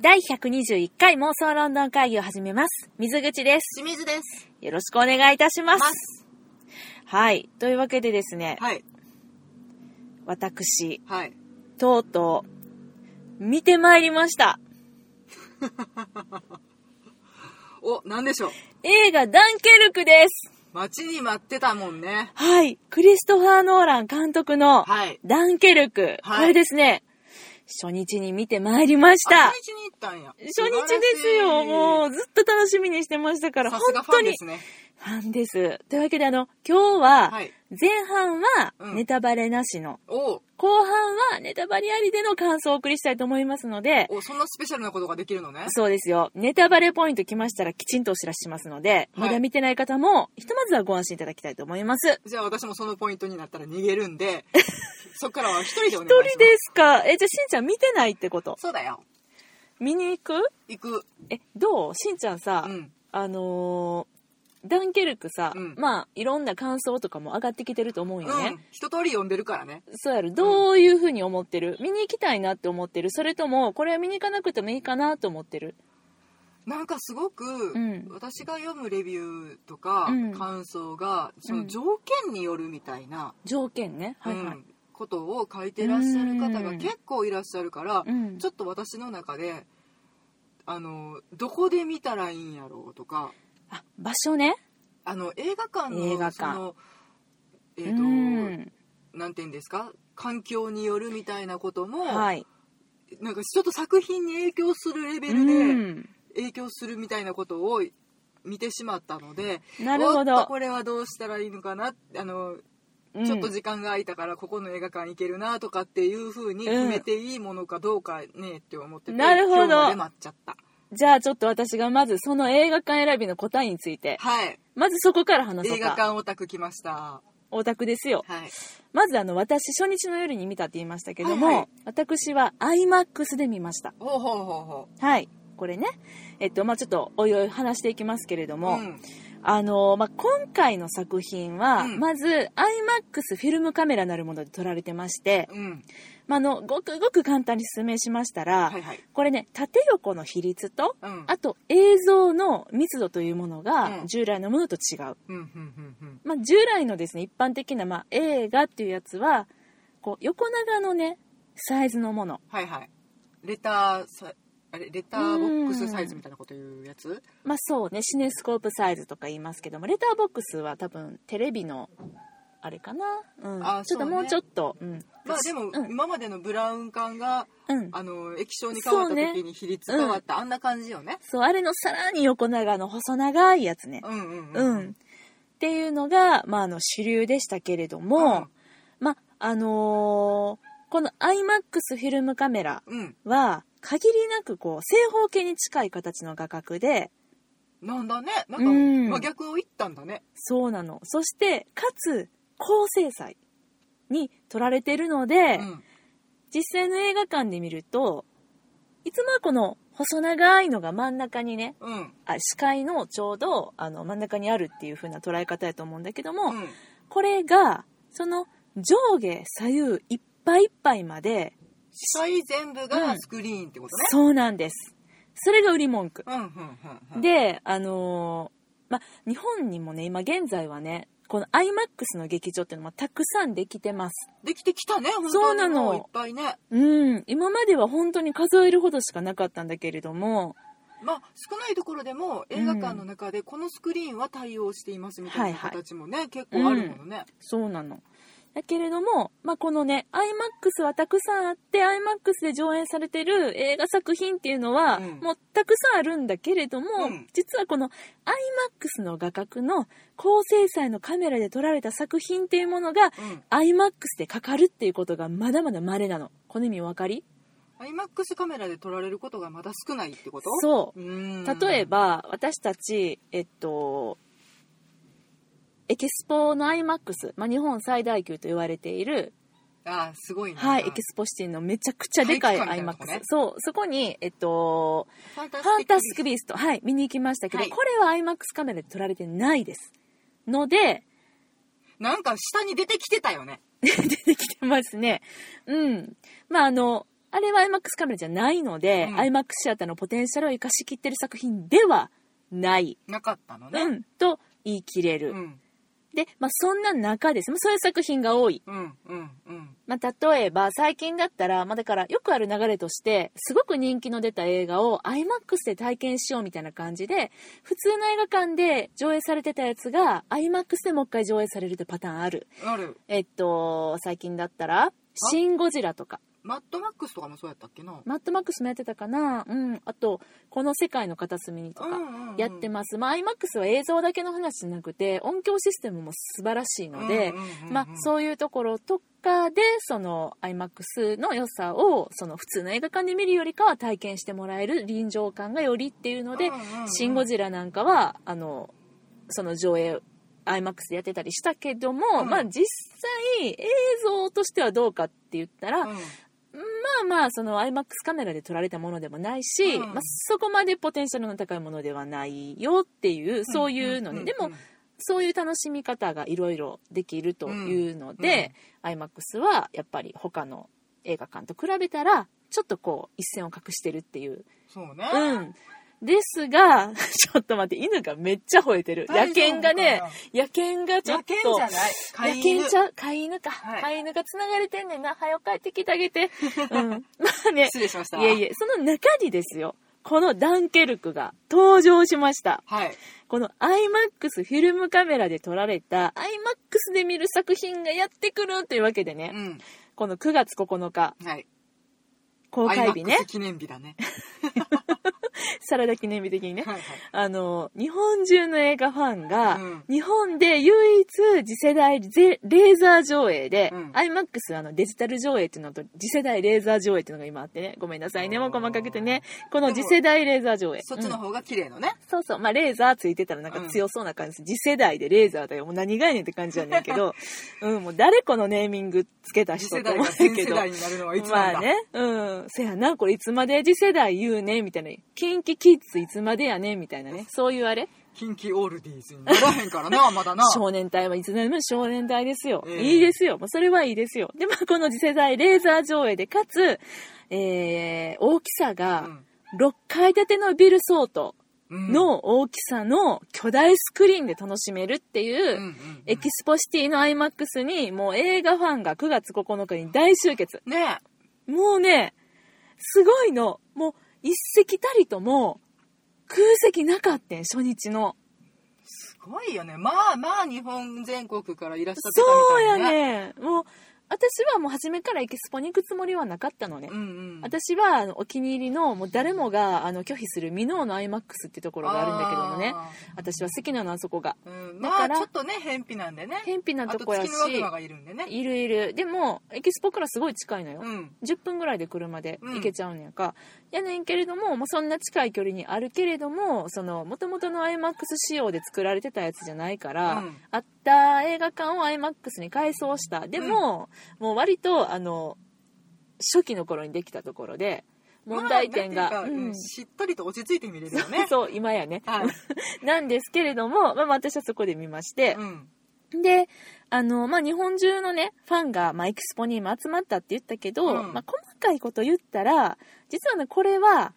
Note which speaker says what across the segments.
Speaker 1: 第121回妄想ロンドン会議を始めます。水口です。
Speaker 2: 清水です。
Speaker 1: よろしくお願いいたします。
Speaker 2: ます。
Speaker 1: はい。というわけでですね、
Speaker 2: はい。
Speaker 1: 私、
Speaker 2: はい。
Speaker 1: とうとう、見てまいりました。
Speaker 2: お、なんでしょう。
Speaker 1: 映画ダンケルクです。
Speaker 2: 待ちに待ってたもんね。
Speaker 1: はい。クリストファー・ノーラン監督の、
Speaker 2: はい。
Speaker 1: ダンケルク。
Speaker 2: はい
Speaker 1: これですね、初日に見てまいりました
Speaker 2: あ。初日に行ったんや。
Speaker 1: 初日ですよ。も
Speaker 2: う。
Speaker 1: うずっと楽しみにしてましたから、
Speaker 2: さ
Speaker 1: 本
Speaker 2: すがフ
Speaker 1: 当
Speaker 2: ァン
Speaker 1: に
Speaker 2: ですね。
Speaker 1: ファンです。というわけで、あの、今日は、
Speaker 2: はい。
Speaker 1: 前半は
Speaker 2: うん
Speaker 1: ネタバレなしの、
Speaker 2: お
Speaker 1: 後半はネタバレありでの感想をお送りしたいと思いますので、
Speaker 2: お、そんなスペシャルなことができるのね。
Speaker 1: そうですよ。ネタバレポイント来ましたらきちんとお知らせしますので、
Speaker 2: はい
Speaker 1: まだ見てない方も、ひとまずはご安心いただきたいと思います。
Speaker 2: じゃあ私もそのポイントになったら逃げるん で、そっからは一人でお願いし
Speaker 1: 一
Speaker 2: ます。
Speaker 1: 人ですかえ、じゃあしんちゃん見てないってこと
Speaker 2: そうだよ。
Speaker 1: 見に行く
Speaker 2: 行く。
Speaker 1: え、どうしんちゃんさ、
Speaker 2: うん。
Speaker 1: あのーダンケルクさ、
Speaker 2: うん
Speaker 1: まあ、いろんな感想とかも上がってきてると思うよね。
Speaker 2: うん。一通り読んでるからね。
Speaker 1: そうやる。どういうふうに思ってる、見に行きたいなって思ってるそれとも、これは見に行かなくてもいいかなと思ってる
Speaker 2: なんかすごく、
Speaker 1: ん
Speaker 2: 私が読むレビューとか、
Speaker 1: うん
Speaker 2: 感想がその条件によるみたいな、
Speaker 1: 条件ね。はいは
Speaker 2: う
Speaker 1: い。
Speaker 2: んことを書いてらっしゃる方が
Speaker 1: うん
Speaker 2: 結構いらっしゃるから、
Speaker 1: うん
Speaker 2: ちょっと私の中であのどこで見たらいいんやろうとか
Speaker 1: あ、場所ね。
Speaker 2: あの映画館の
Speaker 1: 映画館
Speaker 2: そのえっ、
Speaker 1: う
Speaker 2: と
Speaker 1: ん。
Speaker 2: なんて言うんですか環境によるみたいなことも、
Speaker 1: はい。
Speaker 2: なんかちょっと作品に影響するレベ
Speaker 1: う
Speaker 2: ルで
Speaker 1: ん。
Speaker 2: 影響するみたいなことを見てしまったので
Speaker 1: なるほど。
Speaker 2: おっとこれはどうしたらいいのかなあの
Speaker 1: うん
Speaker 2: ちょっと時間が空いたからここの映画館行けるなとかっていう風に決めていいものかどうかねって思ってて、
Speaker 1: うんなるほど
Speaker 2: 今日まで待っちゃった
Speaker 1: じゃあちょっと私がまずその映画館選びの答えについて、
Speaker 2: はい
Speaker 1: まずそこから話そう
Speaker 2: 映画
Speaker 1: か。
Speaker 2: 館オタク来ました
Speaker 1: オタクですよ。
Speaker 2: はい
Speaker 1: まずあの、私、初日の夜に見たって言いましたけども、
Speaker 2: はいはい
Speaker 1: 私は IMAX で見ました。
Speaker 2: ほうほうほうほ
Speaker 1: はい。これね。えっと、まあちょっと、おいおい話していきますけれど
Speaker 2: う
Speaker 1: も、
Speaker 2: ん
Speaker 1: あの、まあ今回の作品は、
Speaker 2: うん
Speaker 1: まず IMAX フィルムカメラなるもので撮られてまして、
Speaker 2: うん
Speaker 1: まあ、あの、ごくごく簡単に説明しましたら、
Speaker 2: はいはい
Speaker 1: これね、縦横の比率と、
Speaker 2: うん
Speaker 1: あと映像の密度というもの
Speaker 2: う
Speaker 1: が
Speaker 2: ん
Speaker 1: 従来のものと違う。
Speaker 2: うんうんうん
Speaker 1: まあ、従来のですね、一般的な、まあ、映画っていうやつは、こう、横長のね、サイズのもの。
Speaker 2: はいはいレターさあれレターボックスサイズみたいなこと言うやつ
Speaker 1: まあそうね、シネスコープサイズとか言いますけども、レターボックスは多分テレビの、あれかなうん。
Speaker 2: あ
Speaker 1: ちょっと
Speaker 2: そうね
Speaker 1: もうちょっと、うん。
Speaker 2: まあでも
Speaker 1: うん、
Speaker 2: 今までのブラウン管が
Speaker 1: うん。
Speaker 2: あの液晶に変わった時に比率変わった、あんな感じよね
Speaker 1: そう、あれのさらに横長の細長いやつね。
Speaker 2: うんうん
Speaker 1: うん。っていうのが、まあ、あの、主流でしたけれども、まあ、あのーこの IMAX フィルムカメラ
Speaker 2: うん
Speaker 1: は、限りなくこう、正方形に近い形の画角で、
Speaker 2: なんだねなんか、
Speaker 1: うん
Speaker 2: まあ、逆を言ったんだね
Speaker 1: そうなの。そして、かつ、高精細に撮られてるので、
Speaker 2: うん
Speaker 1: 実際の映画館で見ると、いつもはこの細長いのが真ん中にね、
Speaker 2: うん
Speaker 1: あ視界のちょうどあの真ん中にあるっていう風な捉え方やと思うんだけども、
Speaker 2: うん
Speaker 1: これが、その上下左右いっぱいいっぱいまで、
Speaker 2: 視界全部
Speaker 1: う
Speaker 2: が
Speaker 1: ん
Speaker 2: スクリーンってことね、
Speaker 1: そうなんです。それが売り文句。
Speaker 2: うん、うんうんうん
Speaker 1: で、あのーま、日本にもね、今現在はね、この IMAX の劇場っていうのもたくさんできてます。
Speaker 2: できてきたね本当に
Speaker 1: そうなの
Speaker 2: もいっぱいね
Speaker 1: うん、今までは本当に数えるほどしかなかったんだけれども、
Speaker 2: まあ少ないところでも映画館の中でこのスクリーンは対応していますみたいな
Speaker 1: はいはい
Speaker 2: 形もね、結構あるものね、
Speaker 1: そうなの。だけれども、まあ、このね、IMAX はたくさんあって、IMAX で上演されてる映画作品っていうのは、
Speaker 2: うん
Speaker 1: もうたくさんあるんだけれども、
Speaker 2: うん
Speaker 1: 実はこの IMAX の画角の高精細のカメラで撮られた作品っていうものが、
Speaker 2: うん
Speaker 1: IMAX でかかるっていうことがまだまだ稀なの。この意味お分かり
Speaker 2: IMAX カメラで撮られることがまだ少ないってこと
Speaker 1: そう
Speaker 2: うーん
Speaker 1: 例えば、私たち、えっと、エキスポの IMAX、まあ、日本最大級と言われている、
Speaker 2: あーすごいな
Speaker 1: はい、エキスポシティのめちゃくちゃでかい
Speaker 2: 体育館みたいなと
Speaker 1: IMAX、
Speaker 2: こね
Speaker 1: そう、そこに、えっと、
Speaker 2: ファンタ
Speaker 1: ファンタスティック
Speaker 2: スティック
Speaker 1: ビースト、はい、見に行きましたけど、
Speaker 2: はい
Speaker 1: これは IMAX カメラで撮られてないです。の で、
Speaker 2: なんか下に出てきてたよね
Speaker 1: 出てきてますね。うん。まあ、あの、あれは IMAX カメラじゃないので、
Speaker 2: うん
Speaker 1: IMAX シアターのポテンシャルを生かしきってる作品ではない、
Speaker 2: なかったのね。
Speaker 1: うん、と言い切れる。
Speaker 2: うん。
Speaker 1: で、まあ、そんな中です。まあ、そういう作品が多い。
Speaker 2: うん。うん。うん。
Speaker 1: まあ、例えば、最近だったら、まあ、だから、よくある流れとして、すごく人気の出た映画を IMAX で体験しようみたいな感じで、普通の映画館で上映されてたやつが、IMAX でもう一回上映されるってパターンある。
Speaker 2: ある。
Speaker 1: えっと、最近だったら、シン・ゴジラとか、
Speaker 2: マッドマックスとかもそうやったっけな。
Speaker 1: マッドマックスもやってたかなうん。あと、この世界の片隅にとか、やって
Speaker 2: ま
Speaker 1: ます。まあ、IMAX は映像だけの話じゃなくて、音響システムも素晴らしいので、まあ、
Speaker 2: う
Speaker 1: そういうところとかでその iMAX の良さをその普通の映画館で見るよりかは体験してもらえる臨場感がよりっていうので「シン・ゴジラ」なんかはあのその上映 iMAX でやってたりしたけども、
Speaker 2: うん
Speaker 1: まあ実際映像としてはどうかって言ったら、
Speaker 2: うん
Speaker 1: まあまあその iMAX カメラで撮られたものでもないし、
Speaker 2: うん
Speaker 1: まあ、そこまでポテンシャルの高いものではないよっていうそういうのね、
Speaker 2: ん
Speaker 1: でも
Speaker 2: ん
Speaker 1: そういう楽しみ方がいろいろできるというので、IMAX はやっぱり他の映画館と比べたらちょっとこう一線を隠してるっていう。
Speaker 2: そうね。
Speaker 1: うん。ですが、 ちょっと待って、犬がめっちゃ吠えてる。
Speaker 2: 大丈夫
Speaker 1: 野犬がね
Speaker 2: か、
Speaker 1: 野犬がちょ
Speaker 2: 野
Speaker 1: っ
Speaker 2: 犬
Speaker 1: と
Speaker 2: じゃ。ない。飼い
Speaker 1: 野
Speaker 2: 犬
Speaker 1: 犬ちゃう飼い犬か、
Speaker 2: はい
Speaker 1: 飼い犬が繋がれてんねんな。早く帰ってきてあげ て。うん。まあね、
Speaker 2: 失礼しました。
Speaker 1: いえいえ、その中にですよ、このダンケルクが登場しました。
Speaker 2: はい。
Speaker 1: この IMAX フィルムカメラで撮られた IMAX で見る作品がやってくるというわけでね、
Speaker 2: うん。
Speaker 1: この9月9日
Speaker 2: はい。
Speaker 1: 公開日ね
Speaker 2: IMAX、記念日 だね。
Speaker 1: サラダ記念日的にね、
Speaker 2: はい
Speaker 1: あの、日本中の映画ファンが、
Speaker 2: うん
Speaker 1: 日本で唯一次世代ゼレーザー上映で、
Speaker 2: うん
Speaker 1: IMAX あのデジタル上映っていうのと次世代レーザー上映っていうのが今あってね、ごめんなさいね、もう細かくてね、この次世代レーザー上
Speaker 2: は
Speaker 1: 映
Speaker 2: い。。そっちの
Speaker 1: うん
Speaker 2: 方が綺麗のね。
Speaker 1: そうそう。まあ、レーザーついてたらなんか強そうな感じです。次世代でレーザーだよ。もう何がやねんって感じやねんけ ど。うん、もう誰このネーミングつけた
Speaker 2: 次
Speaker 1: 人って
Speaker 2: 世代
Speaker 1: 思
Speaker 2: が
Speaker 1: う
Speaker 2: 全
Speaker 1: け
Speaker 2: 世
Speaker 1: ど。
Speaker 2: 代になるのはいつな
Speaker 1: ま
Speaker 2: んだ。
Speaker 1: あね。うん。せやな、これいつまで次世代言うねんみたいな。キンキキッズいつまでやねんみたいなね。そういうあれ
Speaker 2: 近畿オールディーズにならへんか らな、まだな。
Speaker 1: 少年隊はいつでも少年隊ですよ。
Speaker 2: ええ
Speaker 1: いいですよ。もうそれはいいですよ。で、まあ、この次世代レーザー上映で、かつ、えー、大きさが
Speaker 2: うん
Speaker 1: 6階建てのビル相当。
Speaker 2: うん、
Speaker 1: の大きさの巨大スクリーンで楽しめるっていう、
Speaker 2: うんうんうん
Speaker 1: エキスポシティの IMAX にもう映画ファンが9月9日に大集結。
Speaker 2: ね
Speaker 1: もうね、すごいの。もう一席たりとも空席なかったん、初日の。
Speaker 2: すごいよね。まあまあ日本全国からいらっしゃってた
Speaker 1: そう
Speaker 2: みた
Speaker 1: や
Speaker 2: いね。
Speaker 1: ね。もう、私はもう初めからエキスポに行くつもりはなかったのね。
Speaker 2: うんうん。
Speaker 1: 私はあのお気に入りのもう誰もがあの拒否するミノーの IMAX ってところがあるんだけどもね
Speaker 2: あ
Speaker 1: 私は好きなのあそこが
Speaker 2: ー。うん、
Speaker 1: だ
Speaker 2: ま
Speaker 1: か
Speaker 2: あ
Speaker 1: ら
Speaker 2: ちょっとね、偏僻なんでね。
Speaker 1: 偏僻な
Speaker 2: あ
Speaker 1: と
Speaker 2: と
Speaker 1: こや
Speaker 2: 月
Speaker 1: し
Speaker 2: の悪魔がいるんでね。
Speaker 1: いるいるでもエキスポからすごい近いのよ、
Speaker 2: うん。
Speaker 1: 10分ぐらいで車で行けちゃうんやか、やねんけれども、まあ、そんな近い距離にあるけれどもその元々の IMAX 仕様で作られてたやつじゃないから、
Speaker 2: うん
Speaker 1: あった映画館を IMAX に改装したでも、もう割とあの初期の頃にできたところで問題点が、
Speaker 2: まあなんていうか
Speaker 1: う。
Speaker 2: うんんしっとりと落ち着いて見れるよね
Speaker 1: そう今やね
Speaker 2: はい。
Speaker 1: なんですけれども、まあ、まあ私 はそこで見まして、
Speaker 2: うん。
Speaker 1: で、あの、まあ、日本中のね、ファンが、まあ、エキスポに今集まったって言ったけど、
Speaker 2: うん
Speaker 1: まあ、細かいこと言ったら、実はね、これは、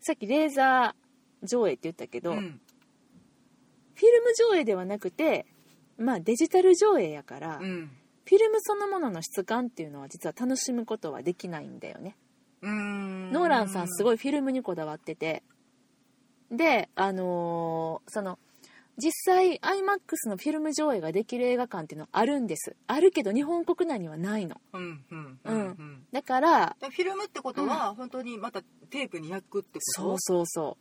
Speaker 1: さっきレーザー上映って言ったけど、
Speaker 2: う
Speaker 1: フィ
Speaker 2: ん。
Speaker 1: ルム上映ではなくて、まあ、デジタル上映やから、
Speaker 2: う
Speaker 1: フ
Speaker 2: ん。
Speaker 1: ィルムそのものの質感っていうのは実は楽しむことはできないんだよね。
Speaker 2: うん。
Speaker 1: ノーランさんす
Speaker 2: い。
Speaker 1: ごいフィルムにこだわっててであのーその実際 IMAX のフィルム上映ができる映画館っていうのあるんですあるけど日本国内にはないの
Speaker 2: うんうんうん
Speaker 1: う
Speaker 2: うん。
Speaker 1: だから
Speaker 2: でフィルムってことは本当にまたテープに焼くってこと
Speaker 1: そうそうそ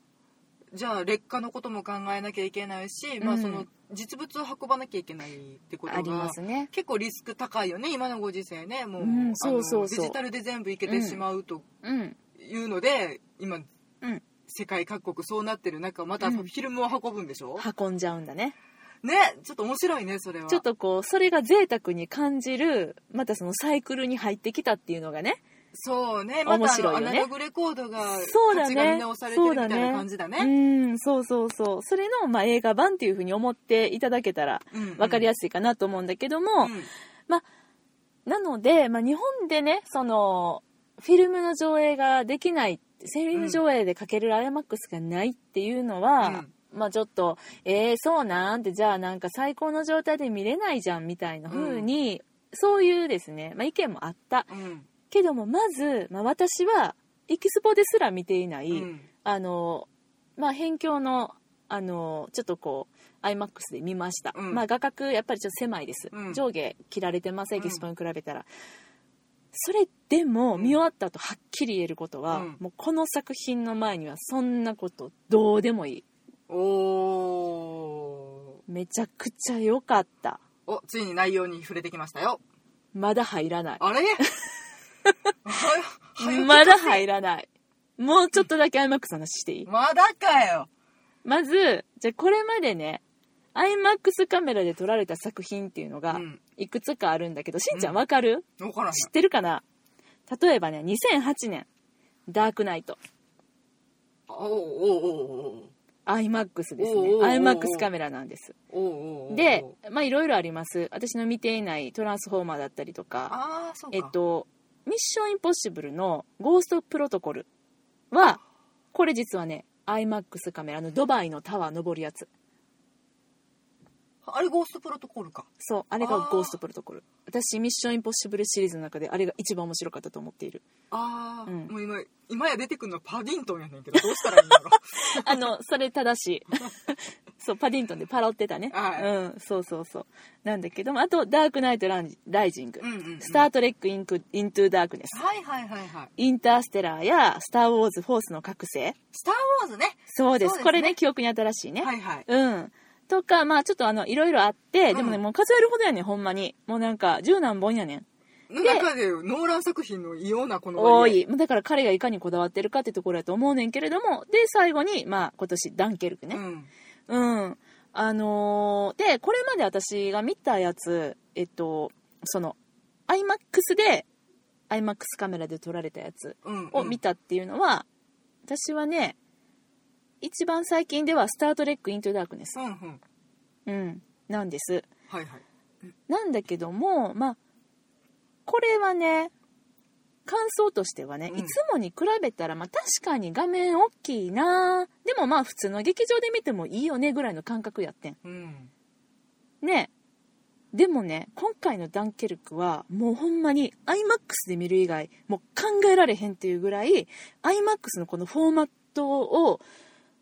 Speaker 2: じゃあ劣化のことも考えなきゃいけないし、ま
Speaker 1: う
Speaker 2: あ、
Speaker 1: ん
Speaker 2: その実物を運ばなきゃいけないってこ
Speaker 1: う
Speaker 2: とが
Speaker 1: ありますね
Speaker 2: 結構リスク高いよね今のご時世ねもう,、
Speaker 1: うんそうそうそう
Speaker 2: デジタルで全部いけてしまうと
Speaker 1: うん
Speaker 2: いうので、今、
Speaker 1: うん
Speaker 2: 世界各国そうなってる中また
Speaker 1: うん
Speaker 2: フィルムを運ぶんでしょ、
Speaker 1: 運んじゃうんだね
Speaker 2: ねちょっと面白いねそれは
Speaker 1: ちょっとこうそれが贅沢に感じるまたそのサイクルに入ってきたっていうのがね
Speaker 2: そうねま
Speaker 1: 面
Speaker 2: たあの
Speaker 1: 白いよね
Speaker 2: アナログレコードが
Speaker 1: そうだね
Speaker 2: 立ち紙で押されてるみた
Speaker 1: そ
Speaker 2: い
Speaker 1: うだね
Speaker 2: な感じだね
Speaker 1: うんそうそうそうそれの、まあ、映画版っていうふうに思っていただけたら分かりや
Speaker 2: す
Speaker 1: すいかなと思うんだけども、
Speaker 2: うん
Speaker 1: なので、まあ、日本でねそのフィルムの上映ができないセリフ上映でかける IMAX がないっていうのは、まあちょっとえー、そうなんてじゃあなんか最高の状態で見れないじゃんみたいな風に、そういうですね、まあ、意見もあった
Speaker 2: うん
Speaker 1: けどもまず、まあ、私はエキスポですら見ていない、
Speaker 2: うん
Speaker 1: あのまあ辺境のあのちょっとこう iMAX で見ました、
Speaker 2: うん
Speaker 1: まあ画角やっぱりちょっと狭いです、
Speaker 2: うん
Speaker 1: 上下切られてます
Speaker 2: うん
Speaker 1: エキスポに比べたら、それでも
Speaker 2: うん
Speaker 1: 見終わった後はっきり言えることは、
Speaker 2: うん
Speaker 1: もうこの作品の前にはそんなことどうでもいい
Speaker 2: お
Speaker 1: めちゃくちゃ良かった
Speaker 2: ーおついに内容に触れてきましたよ
Speaker 1: まだ入らない
Speaker 2: あれあれ早く
Speaker 1: まだ入らないもうちょっとだけ iMAX の話していい
Speaker 2: まだかよ
Speaker 1: まず、じゃあこれまでね、IMAX カメラで撮られた作品っていうの
Speaker 2: う
Speaker 1: が
Speaker 2: ん、
Speaker 1: いくつかあるんだけど、しんちゃ
Speaker 2: うんん
Speaker 1: わかる、
Speaker 2: 分からん
Speaker 1: 知ってるかな例えばね、2008年、ダークナイト、
Speaker 2: おおお
Speaker 1: IMAX です
Speaker 2: おう
Speaker 1: ね
Speaker 2: おうお。う
Speaker 1: IMAX カメラなんです。
Speaker 2: おおおお
Speaker 1: で、まあいろいろあります。私の見ていないトランスフォーマーだったりとか、
Speaker 2: ああそうか
Speaker 1: えっと、ミッションインポッシブルのゴーストプロトコルは、これ実はね、IMAX カメラあのドバイのタワー登るやつ。
Speaker 2: あれゴーストプロトコルか
Speaker 1: そうあれが
Speaker 2: あー
Speaker 1: ゴーストプロトコル私ミッションインポッシブルシリーズの中であれが一番面白かったと思っている
Speaker 2: ああ、
Speaker 1: うん
Speaker 2: もう今今や出てくるのパディントンやねんけどどうしたらいいんだろ
Speaker 1: あのそれ正しい そうパディントンでパロってたね、
Speaker 2: はい
Speaker 1: うんそうそうそうなんだけどもあとダークナイトランジライジング、
Speaker 2: ううんうん、うん、
Speaker 1: スタートレックインクイントゥダークネス
Speaker 2: はいはいはいはい
Speaker 1: インターステラーやスター・ウォーズ・フォースの覚醒
Speaker 2: スター・ウォーズね
Speaker 1: そうです
Speaker 2: そうですね
Speaker 1: これね記憶に新しいね、
Speaker 2: はいはい
Speaker 1: うんとかまあちょっとあのいろいろあってでもね、
Speaker 2: うん
Speaker 1: もう数えるほどやねんほんまにもうなんか十何本やねん
Speaker 2: の中でノーラン作品の異様なこの
Speaker 1: 多い。だから彼がいかにこだわってるかってところだと思うねんけれども、で、最後に、まあ、今年、ダンケルク
Speaker 2: う
Speaker 1: ね。
Speaker 2: ん
Speaker 1: うん。あのーで、これまで私が見たやつ、えっと、その、IMAX で、IMAX カメラで撮られたやつ
Speaker 2: うん
Speaker 1: を見たっていうのは、私はね、一番最近では、スタートレック・イントゥ・ダークネス
Speaker 2: う。んうん
Speaker 1: うん。なんです。
Speaker 2: はいはい
Speaker 1: なんだけどもまあこれはね感想としてはね、
Speaker 2: うん
Speaker 1: いつもに比べたら、まあ、確かに画面大きいなでもまあ普通の劇場で見てもいいよねぐらいの感覚やってん
Speaker 2: うん
Speaker 1: ねでもね今回のダンケルクはもうほんまに iMAX で見る以外もう考えられへんっていうぐらい iMAX のこのフォーマットを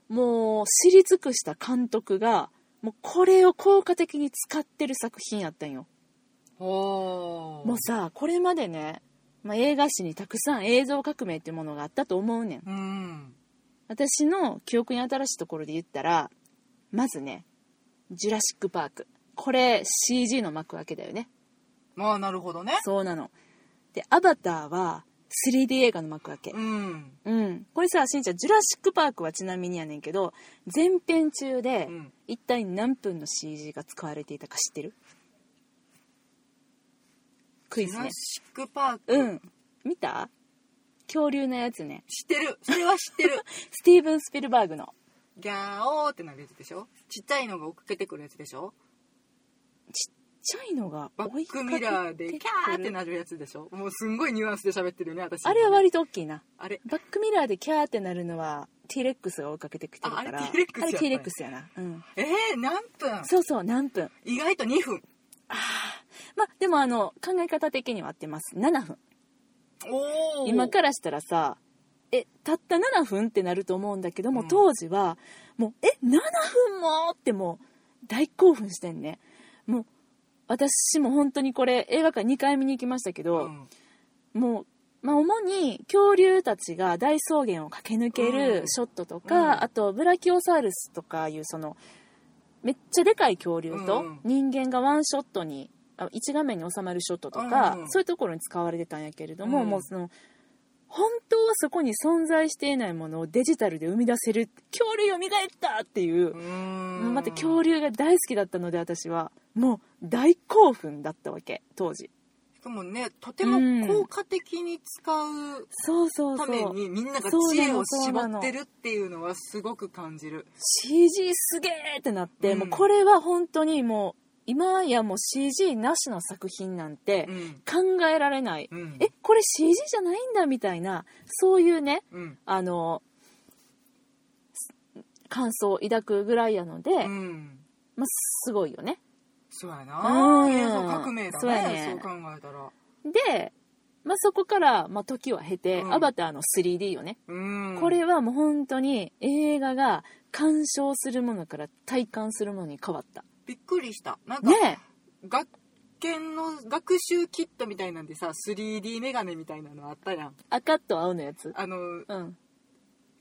Speaker 1: もう知り尽くした監督がもうこれを効果的に使ってる作品やったんよ
Speaker 2: おー
Speaker 1: もうさこれまでね、まあ、映画史にたくさん映像革命っていうものがあったと思うねん
Speaker 2: うん
Speaker 1: 私の記憶に新しいところで言ったらまずね「ジュラシック・パーク」これ CG の幕開けだよね
Speaker 2: まあなるほどね
Speaker 1: そうなので「アバター」は 3D 映画の幕開け
Speaker 2: うん
Speaker 1: うんこれさしんちゃん「ジュラシック・パーク」はちなみにやねんけど前編中で
Speaker 2: うん
Speaker 1: 一体何分の CG が使われていたか知ってるクイ
Speaker 2: ジ
Speaker 1: ズ
Speaker 2: ュラ
Speaker 1: ね
Speaker 2: シック・パーク、
Speaker 1: うん。見た恐竜のやつね。
Speaker 2: 知ってるそれは知ってる
Speaker 1: スティーブン・スピルバーグの。
Speaker 2: ギャオーってなるやつでしょちっちゃいのが追っかけてくるやつでしょ
Speaker 1: ちっちゃいのが
Speaker 2: バ
Speaker 1: 追い
Speaker 2: ッ
Speaker 1: かけ
Speaker 2: ク
Speaker 1: て
Speaker 2: ミラーでキャーって
Speaker 1: る。
Speaker 2: なるやつでしょもうすんごいニュアンスで喋ってるよね私
Speaker 1: あれは割と大きいな。
Speaker 2: あれ
Speaker 1: バックミラーでキャーってなるのは T-Rex が追いかけてきてるから。
Speaker 2: ああれ T-Rex やったんや
Speaker 1: あれ T-Rex やな。うん。
Speaker 2: えー、何分
Speaker 1: そうそう、何分。
Speaker 2: 意外と2分
Speaker 1: まあ、でもあの、考え方的には合ってます。7分。
Speaker 2: おお
Speaker 1: 今からしたらさ、え、たった7分ってなると思うんだけども、
Speaker 2: うん
Speaker 1: 当時は、もう、え、7分もってもう、大興奮してんね。もう、私も本当にこれ、映画館2回見に行きましたけど、
Speaker 2: うん
Speaker 1: もう、まあ、主に恐竜たちが大草原を駆け抜ける
Speaker 2: うん
Speaker 1: ショットとか、
Speaker 2: うん
Speaker 1: あとブラキオサウルスとかいうそのめっちゃでかい恐竜と
Speaker 2: うん
Speaker 1: 人間がワンショットに1画面に収まるショットとか、
Speaker 2: うん
Speaker 1: そういうところに使われてたんやけれども、
Speaker 2: うん
Speaker 1: もうその本当はそこに存在していないものをデジタルで生み出せる恐竜蘇ったっていう
Speaker 2: う、
Speaker 1: も
Speaker 2: ー
Speaker 1: うんまた恐竜が大好きだったので私はもう大興奮だったわけ当時。
Speaker 2: しかもねとても効果的に使う
Speaker 1: そうそうそう
Speaker 2: ためにみんなが
Speaker 1: そう
Speaker 2: 知
Speaker 1: な
Speaker 2: 恵
Speaker 1: の
Speaker 2: を絞ってるっていうのはすごく感じる
Speaker 1: CG すげーってなって、
Speaker 2: うん
Speaker 1: もうこれは本当にもう今やもう CG なしの作品なんて
Speaker 2: うん
Speaker 1: 考えられない、
Speaker 2: うん
Speaker 1: えこれ CG じゃないんだみたいなそういうね
Speaker 2: うん
Speaker 1: あのす感想を抱くぐらいやので、
Speaker 2: うん
Speaker 1: まあ、すごいよね。
Speaker 2: そうや
Speaker 1: う
Speaker 2: なん映像革命
Speaker 1: そうや
Speaker 2: だ
Speaker 1: ね
Speaker 2: ねそう考えたら
Speaker 1: で、まあ、そこから、まあ、時は経て、
Speaker 2: うん
Speaker 1: アバターの 3D よね、
Speaker 2: うん
Speaker 1: これはもう本当に映画が鑑賞するものから体感するものに変わった。
Speaker 2: びっくりしたなんか
Speaker 1: ね
Speaker 2: 学研の学習キットみたいなんでさ 3D メガネみたいなのあったやん
Speaker 1: 赤と青のやつ。
Speaker 2: あの
Speaker 1: うん。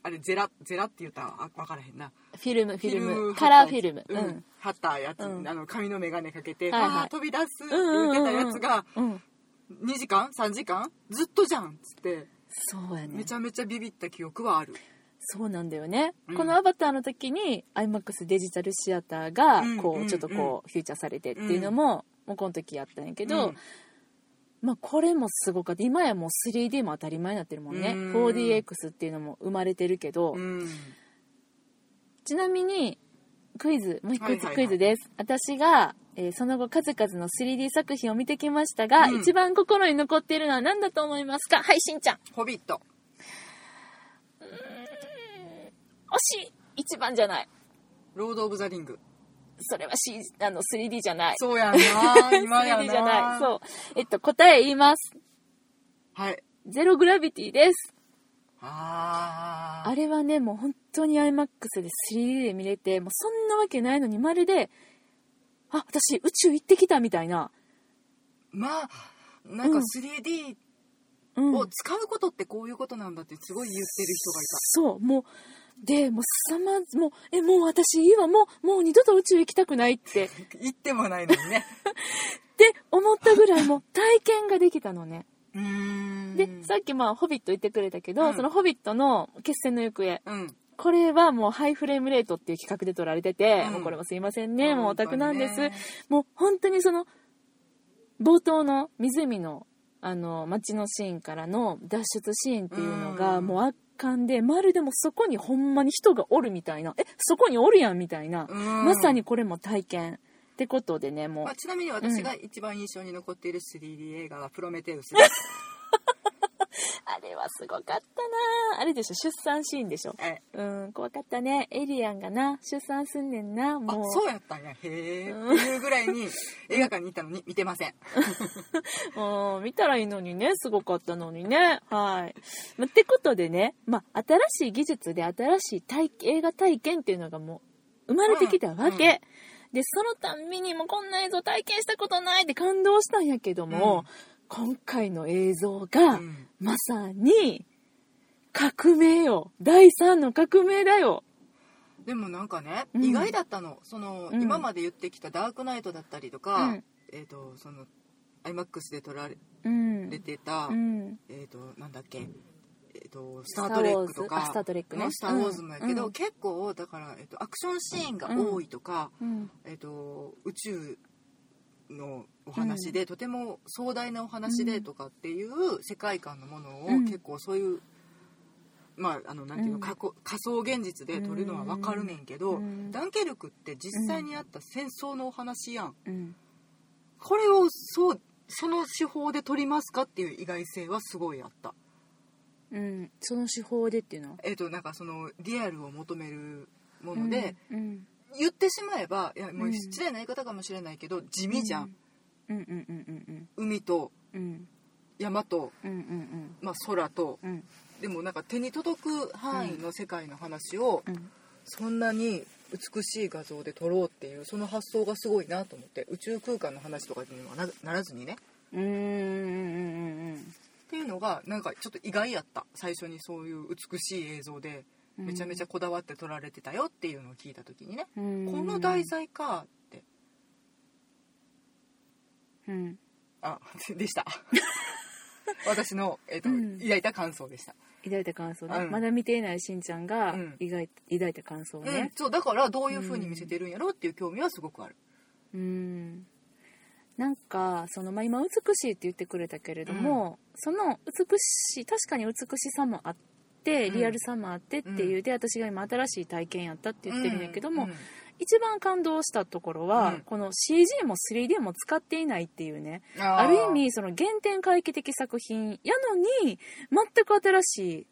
Speaker 2: あれゼラゼラって言ったらあ分からへんな
Speaker 1: フィルム、フィルム。
Speaker 2: 貼
Speaker 1: カ
Speaker 2: った
Speaker 1: ラー
Speaker 2: やつ
Speaker 1: フィルム。う
Speaker 2: うん
Speaker 1: ん。
Speaker 2: 貼ったやつ、
Speaker 1: うん
Speaker 2: あの紙の眼鏡かけて、
Speaker 1: はいはい
Speaker 2: あー飛び出すって
Speaker 1: うんうん
Speaker 2: 言
Speaker 1: うん
Speaker 2: ってたやつが
Speaker 1: うん。
Speaker 2: 2時間3時間ずっとじゃんっつって
Speaker 1: そうやね
Speaker 2: めち。ゃめちゃビビった記憶はある、
Speaker 1: そうなんだよね、
Speaker 2: うん
Speaker 1: この「アバター」の時に iMAX デジタルシアターが
Speaker 2: うん
Speaker 1: こ
Speaker 2: う
Speaker 1: うんちょっとこうフューチャーされてっていうのももうこの時やったんやけど、
Speaker 2: うん
Speaker 1: まあ、これもすごかった今やもう 3D も当たり前になってるもんね、
Speaker 2: うん
Speaker 1: 4DX っていうのも生まれてるけど、
Speaker 2: うん
Speaker 1: ちなみにクイズもう一個
Speaker 2: はいはいはい
Speaker 1: クイズです、私が、えーその後数々の 3D 作品を見てきましたが、
Speaker 2: うん
Speaker 1: 一番心に残っているのは何だと思いますかはいしんちゃん
Speaker 2: 「ホビット
Speaker 1: 惜しい一番じゃない」
Speaker 2: 「ロード・オブ・ザ・リング
Speaker 1: それは、C、あの 3D じゃな」い
Speaker 2: そ うやんな今や
Speaker 1: 3D
Speaker 2: な
Speaker 1: じゃない。そう。えっと、答え言います。
Speaker 2: はい
Speaker 1: ゼログラビティです。
Speaker 2: あー
Speaker 1: あれはね、もう本当に IMAX で 3D で見れて、もうそんなわけないのに、まるで、あ、私宇宙行ってきたみたいな。
Speaker 2: まあなんか
Speaker 1: うん
Speaker 2: 3D
Speaker 1: うん。
Speaker 2: を使うことってこういうことなんだってすごい言ってる人がいた
Speaker 1: そう、もう、で、もうすさまず、もう、え、もう私いいわ、もう、もう二度と宇宙行きたくないって、 って
Speaker 2: 言ってもないのにね
Speaker 1: 思ったぐらい、もう 体験ができたのね。
Speaker 2: うーん
Speaker 1: で、さっきまあ、ホビット言ってくれたけど、
Speaker 2: うん
Speaker 1: そのホビットの決戦の行方、
Speaker 2: うん
Speaker 1: これはもうハイフレームレートっていう企画で撮られてて、
Speaker 2: うん
Speaker 1: もうこれもすいませんね、もうオタクなんです、
Speaker 2: 本当にね
Speaker 1: もう本当にその冒頭の湖のあの街のシーンからの脱出シーンっていうのが
Speaker 2: うん
Speaker 1: もう圧巻で、まるでもうそこにほんまに人がおるみたいなえそこにおるやんみたいな、
Speaker 2: うん
Speaker 1: まさにこれも体験ってことでねもう
Speaker 2: まあ、ちなみに私が一番印象に残っている 3D 映画は「プロメテウス」です。
Speaker 1: あれはすごかったなあれでしょ出産シーンでしょ
Speaker 2: え
Speaker 1: うん怖かったねエイリアンがな出産すんねんな
Speaker 2: あ
Speaker 1: もう
Speaker 2: そうやったんやへえ、
Speaker 1: うん
Speaker 2: っていうぐらいに映画館に行ったのに見てません
Speaker 1: うん、見たらいいのにね、すごかったのにね。はい。まあってことでね、まあ、新しい技術で新しい体映画体験っていうのがもう生まれてきたわけ。
Speaker 2: うんう
Speaker 1: で、そのたんびにもうこんな映像体験したことないって感動したんやけども、今回の映像が、
Speaker 2: うん
Speaker 1: まさに、革命よ。第3の革命だよ。
Speaker 2: でもなんかね、
Speaker 1: うん
Speaker 2: 意外だったのその、
Speaker 1: うん
Speaker 2: 今まで言ってきた「ダークナイト」だったりとか、
Speaker 1: うん
Speaker 2: えっ、とその iMAX で撮られ
Speaker 1: うん。
Speaker 2: てた、
Speaker 1: うん。
Speaker 2: えっ、となんだっけえっとスター・トレックとか
Speaker 1: スターウォーズあスタートレックね
Speaker 2: のスター・ウォーズもやけど、
Speaker 1: うん
Speaker 2: 結構だから、えっとアクションシーンが多いとか、
Speaker 1: うん。
Speaker 2: えっと宇宙のお話で、とても壮大なお話でとかっていう世界観のものを、
Speaker 1: うん
Speaker 2: 結構そういう。まあ、あのなんていうの、
Speaker 1: うん
Speaker 2: 過去仮想現実で撮るのは分かるねんけど、
Speaker 1: うん
Speaker 2: ダンケルクって実際にあった戦争のお話やん、
Speaker 1: うん。
Speaker 2: これをそうその手法で撮りますかっていう意外性はすごいあった
Speaker 1: うん。その手法でっていうのは
Speaker 2: えっ、となんかそのリアルを求めるもので、、
Speaker 1: うんうん
Speaker 2: 言ってしまえばいやも
Speaker 1: う
Speaker 2: うん失礼な言い方かもしれないけど地味じゃん、
Speaker 1: うんうんうんうん
Speaker 2: 海と
Speaker 1: うんうん
Speaker 2: 山と、
Speaker 1: うんうん
Speaker 2: まあ、空と
Speaker 1: うん
Speaker 2: でもなんか手に届く範囲の世界の話を
Speaker 1: うん
Speaker 2: そんなに美しい画像で撮ろうっていうその発想がすごいなと思って宇宙空間の話とかにはなならずにね
Speaker 1: うんうんうんうん
Speaker 2: っていうのがなんかちょっと意外やった最初にそういう美しい映像で
Speaker 1: うん
Speaker 2: めちゃめちゃこだわって撮られてたよっていうのを聞いた時にね、
Speaker 1: うん
Speaker 2: この題材かって
Speaker 1: うん
Speaker 2: あ でした私の、えっと
Speaker 1: うん
Speaker 2: 抱いた感想でした、
Speaker 1: 抱いた感想ね、
Speaker 2: うん
Speaker 1: まだ見ていないしんちゃんが
Speaker 2: うん
Speaker 1: 意外抱いた感想
Speaker 2: うん
Speaker 1: ね、
Speaker 2: そうだからどういう風に見せてるんやろっていう興味はすごくある、
Speaker 1: うん、なんかその、まあ、今美しいって言ってくれたけれども、その美しい確かに美しさもあって
Speaker 2: うん
Speaker 1: リアルさもあってっていう、
Speaker 2: う
Speaker 1: で私が今新しい体験やったって言ってるんやけども、
Speaker 2: うん
Speaker 1: 一番感動したところは、
Speaker 2: うん
Speaker 1: この CG も 3D も使っていないっていうね
Speaker 2: あ
Speaker 1: ある意味その原点回帰的作品やのに全く新しい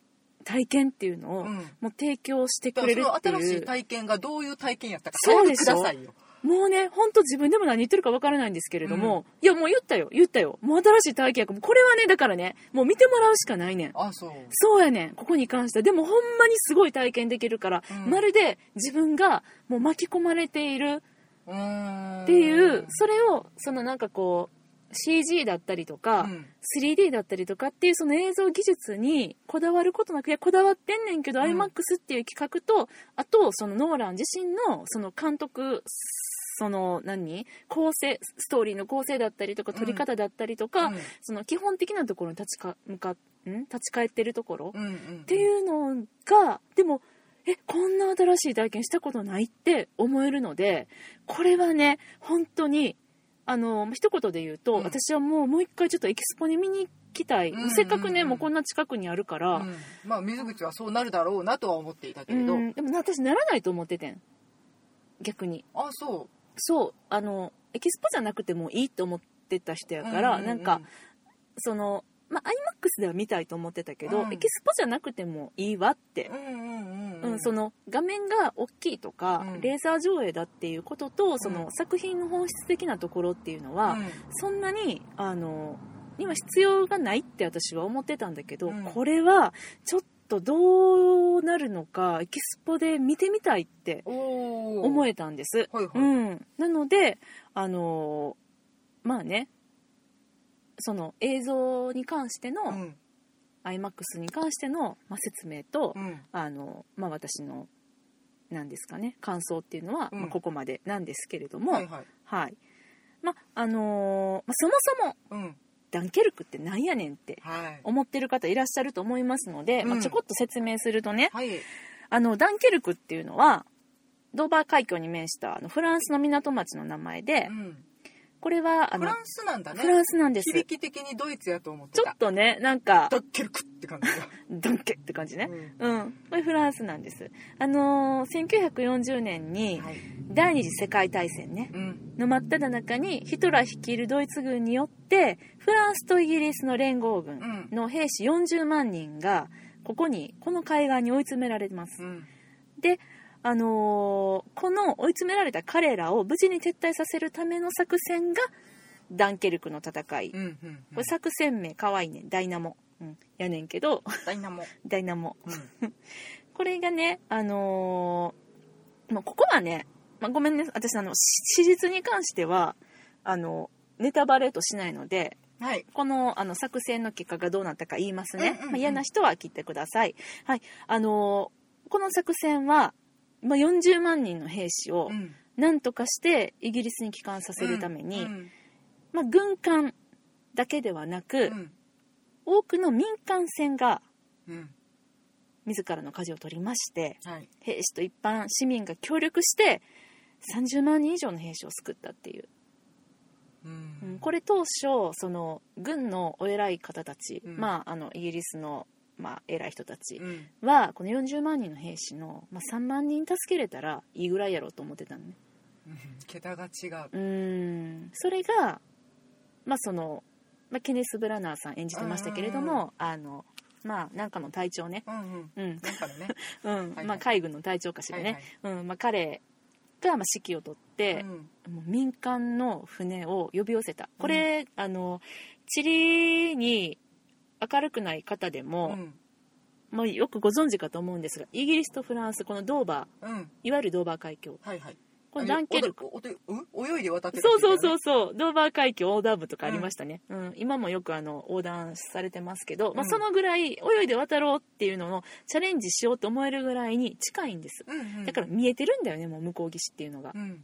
Speaker 1: 体験っていうのを、
Speaker 2: うん
Speaker 1: もう提供して
Speaker 2: だ
Speaker 1: く
Speaker 2: から
Speaker 1: れ
Speaker 2: そ
Speaker 1: るって
Speaker 2: の新し
Speaker 1: い
Speaker 2: いう体験がどういう体験やったか
Speaker 1: そうで
Speaker 2: く
Speaker 1: しょ
Speaker 2: ださいよ
Speaker 1: もうねほんと自分でも何言ってるかわからないんですけれども、いやもう言ったよ言ったよもう新しい体験やからこれはねだからねもう見てもらうしかないねん
Speaker 2: あそう
Speaker 1: そうやねんここに関してはでもほんまにすごい体験できるから、
Speaker 2: うん
Speaker 1: まるで自分がもう巻き込まれている
Speaker 2: うーん
Speaker 1: っていう、それをそのなんかこう CG だったりとか、
Speaker 2: うん
Speaker 1: 3D だったりとかっていうその映像技術にこだわることなくいやこだわってんねんけど、
Speaker 2: うん
Speaker 1: iMAX っていう企画とあとそのノーラン自身のその監督その何構成ストーリーの構成だったりとか
Speaker 2: うん
Speaker 1: 撮り方だったりとか、
Speaker 2: うん
Speaker 1: その基本的なところに立ちか向かん立ち返ってるところ、
Speaker 2: う
Speaker 1: っ
Speaker 2: んうん、って
Speaker 1: いうのがでもえこんな新しい体験したことないって思えるのでこれはね本当にあの一言で言うと、
Speaker 2: うん
Speaker 1: 私はもうもう一回ちょっとエキスポに見に行きたい、
Speaker 2: うんうんうん
Speaker 1: せっかくねもうこんな近くにあるから、
Speaker 2: うんまあ水口はそうなるだろうなとは思っていたけれど、
Speaker 1: うんでもな私ならないと思っててん逆に
Speaker 2: あそ
Speaker 1: そうあのエキスポじゃなくてもいいと思ってた人
Speaker 2: う
Speaker 1: やから、
Speaker 2: ううう
Speaker 1: なんかその、まあ、IMAX では見たいと思ってたけど、
Speaker 2: うん
Speaker 1: エキスポじゃなくてもいいわって
Speaker 2: うんうんう
Speaker 1: うんん、その画面が大きいとか、
Speaker 2: うん
Speaker 1: レーザー上映だっていうこととそうの
Speaker 2: ん
Speaker 1: 作品の本質的なところっていうの
Speaker 2: う
Speaker 1: は、
Speaker 2: ん
Speaker 1: そんなにあの今必要がないって私は思ってたんだけど、
Speaker 2: うん
Speaker 1: これはちょっとどうなるのかエキスポで見てみたいって
Speaker 2: おお
Speaker 1: 思
Speaker 2: え
Speaker 1: えたんです、
Speaker 2: はいはい、
Speaker 1: うん、なのであのまあねその映像に関しての、
Speaker 2: うん
Speaker 1: IMAX に関しての、まあ、説明と、
Speaker 2: うん
Speaker 1: あのまあ、私のなんですかね感想っていうのは、
Speaker 2: うん
Speaker 1: まあ、ここまでなんですけれども、は
Speaker 2: はい
Speaker 1: い
Speaker 2: はい
Speaker 1: まああのーまあ、そもそも
Speaker 2: うん
Speaker 1: ダンケルクってなんやねんって
Speaker 2: はい
Speaker 1: 思ってる方いらっしゃると思いますので、ま
Speaker 2: う
Speaker 1: あ、
Speaker 2: ん
Speaker 1: ちょこっと説明するとね、
Speaker 2: はい
Speaker 1: あのダンケルクっていうのはドーバー海峡に面したあのフランスの港町の名前で
Speaker 2: うん
Speaker 1: これはあ
Speaker 2: フ
Speaker 1: の
Speaker 2: ランスなんだね
Speaker 1: フランスなんです
Speaker 2: 響き的にドイツやと思って
Speaker 1: ちょったとねなんか
Speaker 2: ダッケルクって感じだ
Speaker 1: ダンケって感 じね
Speaker 2: うん
Speaker 1: うんこれフランスなんですあのー1940年に
Speaker 2: はい
Speaker 1: 第二次世界大戦ね
Speaker 2: うん
Speaker 1: の真っ只中にヒトラー率いるドイツ軍によってフランスとイギリスの連合
Speaker 2: う
Speaker 1: 軍
Speaker 2: ん
Speaker 1: の兵士40万人がここにこの海岸に追い詰められてます
Speaker 2: うん
Speaker 1: であのーこの追い詰められた彼らを無事に撤退させるための作戦がダンケルクの戦い、
Speaker 2: うんうんうん
Speaker 1: これ作戦名かわいいねダイナモ、うん、やねんけど
Speaker 2: ダイナモ
Speaker 1: ダイナモ
Speaker 2: うん
Speaker 1: これがね、あのーまあ、ここはね、まあ、ごめんね、私、あの、史実に関しては、あの、ネタバレとしないので、
Speaker 2: はい
Speaker 1: この、あの、作戦の結果がどうなったか言いますね。
Speaker 2: うんうんうん
Speaker 1: まあ、嫌な人は切ってください。はい。あのーこの作戦は、まあ、40万人の兵士を、
Speaker 2: ん
Speaker 1: なんとかして、イギリスに帰還させるために、
Speaker 2: うん
Speaker 1: まあ、軍艦だけではなく、
Speaker 2: うん
Speaker 1: 多くの民間船が、
Speaker 2: うん
Speaker 1: 自らの舵を取りまして、
Speaker 2: はい
Speaker 1: 兵士と一般市民が協力して30万人以上の兵士を救ったっていう、
Speaker 2: う
Speaker 1: うん
Speaker 2: ん
Speaker 1: これ当初その軍のお偉い方たち、
Speaker 2: うん
Speaker 1: まあ、あのイギリスの、まあ、偉い人たち
Speaker 2: うん
Speaker 1: はこの40万人の兵士の、まあ、3万人助けれたらいいぐらいやろうと思ってたのね
Speaker 2: うん桁が違う
Speaker 1: うんそれが、まあそのまあ、ケネス・ブラナーさん演じてましたけれどもあの、まあ、なんかの隊長ね、
Speaker 2: うんうん
Speaker 1: うん
Speaker 2: だから ね
Speaker 1: うん
Speaker 2: はい
Speaker 1: まあ、海軍の隊長かしらね、
Speaker 2: はい
Speaker 1: うんまあ、彼がまあ指揮を取って
Speaker 2: はい、うん
Speaker 1: もう民間の船を呼び寄せたこれ、あの地理に明るくない方で
Speaker 2: う
Speaker 1: も、
Speaker 2: ん
Speaker 1: もうよくご存知かと思うんですがイギリスとフランスこのドーバ
Speaker 2: うん
Speaker 1: ーいわゆるドーバー海峡
Speaker 2: はいはい
Speaker 1: このダンケルク
Speaker 2: ク泳いで渡って
Speaker 1: そうそう
Speaker 2: う
Speaker 1: そうそうドーバー海峡横断部とかありましたね、うん今もよくあの横断されてますけど、まあ、
Speaker 2: うん
Speaker 1: そのぐらい泳いで渡ろうっていうのをチャレンジしようと思えるぐらいに近いんです
Speaker 2: うんうん
Speaker 1: だから見えてるんだよねもう向こう岸っていうのが
Speaker 2: うん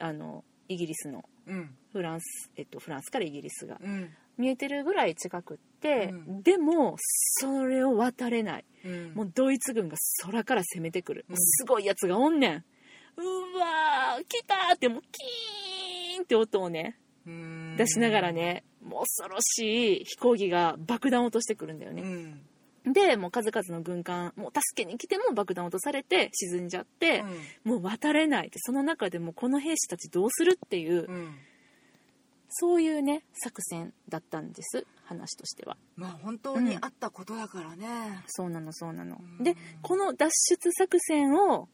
Speaker 1: あのイギリスの
Speaker 2: うん
Speaker 1: フランス、えっと、フランスからイギリスが
Speaker 2: うん
Speaker 1: 見えてるぐらい近くって、
Speaker 2: うん
Speaker 1: でもそれを渡れない
Speaker 2: うん
Speaker 1: もうドイツ軍が空から攻めてくる、
Speaker 2: うん
Speaker 1: すごいやつがおんねんうわー来たーってもうキーンって音をね
Speaker 2: うん
Speaker 1: 出しながらね、もう恐ろしい飛行機が爆弾を落としてくるんだよ
Speaker 2: う
Speaker 1: ね、
Speaker 2: ん
Speaker 1: でもう数々の軍艦もう助けに来ても爆弾落とされて沈んじゃって、もう渡れないってその中でもこの兵士たちどうするっていう、
Speaker 2: うんうん
Speaker 1: そういうね作戦だったんです話としては
Speaker 2: まあ本当にあったことだからね、
Speaker 1: そうなのそうなの、
Speaker 2: うん
Speaker 1: でこの脱出作戦を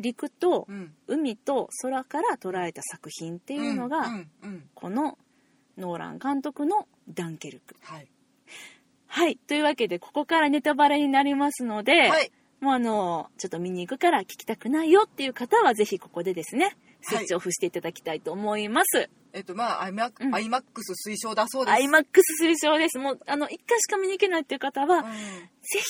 Speaker 1: 陸と
Speaker 2: うん、
Speaker 1: 海と空から捉えた作品っていうのが、
Speaker 2: んうん
Speaker 1: このノーラン監督の「ダンケルク
Speaker 2: はい、」
Speaker 1: はいというわけでここからネタバレになりますので、
Speaker 2: はい、
Speaker 1: もうあのちょっと見に行くから聞きたくないよっていう方はぜひここでですねスイッチオフしていただきたいと思います、
Speaker 2: えっとまあアイマック、
Speaker 1: うん
Speaker 2: アイマックス推奨だそうです
Speaker 1: アイマックス推奨です。もう、あの、一回しか見に行けないっていう方は、
Speaker 2: うん
Speaker 1: ぜ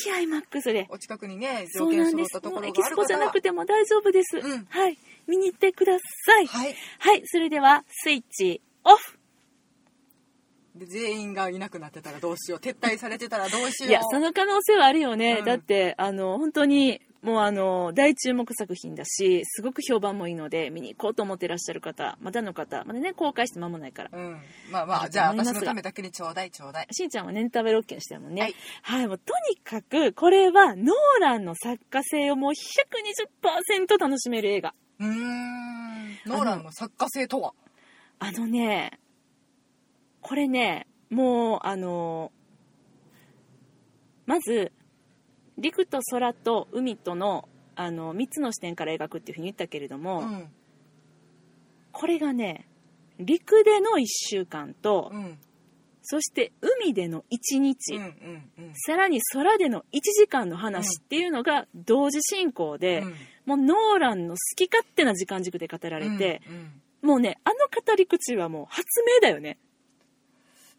Speaker 1: ひアイマックスで。
Speaker 2: お近くにね
Speaker 1: そ
Speaker 2: 条
Speaker 1: う
Speaker 2: 件
Speaker 1: なん
Speaker 2: 揃
Speaker 1: で
Speaker 2: った
Speaker 1: す。
Speaker 2: と
Speaker 1: も
Speaker 2: こ
Speaker 1: う
Speaker 2: ろ
Speaker 1: エキ
Speaker 2: があ
Speaker 1: ス
Speaker 2: る
Speaker 1: ポ
Speaker 2: 方
Speaker 1: じゃ
Speaker 2: は
Speaker 1: なくても大丈夫です。
Speaker 2: うん
Speaker 1: はい。見に行ってください。
Speaker 2: はい
Speaker 1: はい。それでは、スイッチオフ
Speaker 2: で全員がいなくなってたらどうしよう撤退されてたらどうしよう
Speaker 1: いや、その可能性はあるよね。
Speaker 2: うん
Speaker 1: だって、あの、本当に、もうあの、大注目作品だし、すごく評判もいいので、見に行こうと思ってらっしゃる方、まだの方、まだね、公開して間もないから。
Speaker 2: うんまあま
Speaker 1: あ
Speaker 2: あ
Speaker 1: る
Speaker 2: じ
Speaker 1: と
Speaker 2: ゃあ
Speaker 1: 思います
Speaker 2: 私
Speaker 1: が
Speaker 2: のためだけにちょうだいちょうだい
Speaker 1: しんちゃんは年食べロッケンしてたもんね。
Speaker 2: は
Speaker 1: はいい。もうとにかく、これはノーランの作家性をもう120%楽しめる映画。
Speaker 2: うーんノーランの作家性とは
Speaker 1: あのね、これね、もう、あの、まず、陸と空と海との、あの、3つの視点から描くっていうふうに言ったけれども、
Speaker 2: うん
Speaker 1: これがね、陸での1週間と、
Speaker 2: うん
Speaker 1: そして海での1日、
Speaker 2: うんうんうん
Speaker 1: さらに空での1時間の話っていうのが同時進行で、
Speaker 2: うん
Speaker 1: もうノーランの好き勝手な時間軸で語られて、
Speaker 2: うんうん
Speaker 1: もうねあの語り口はもう発明だよね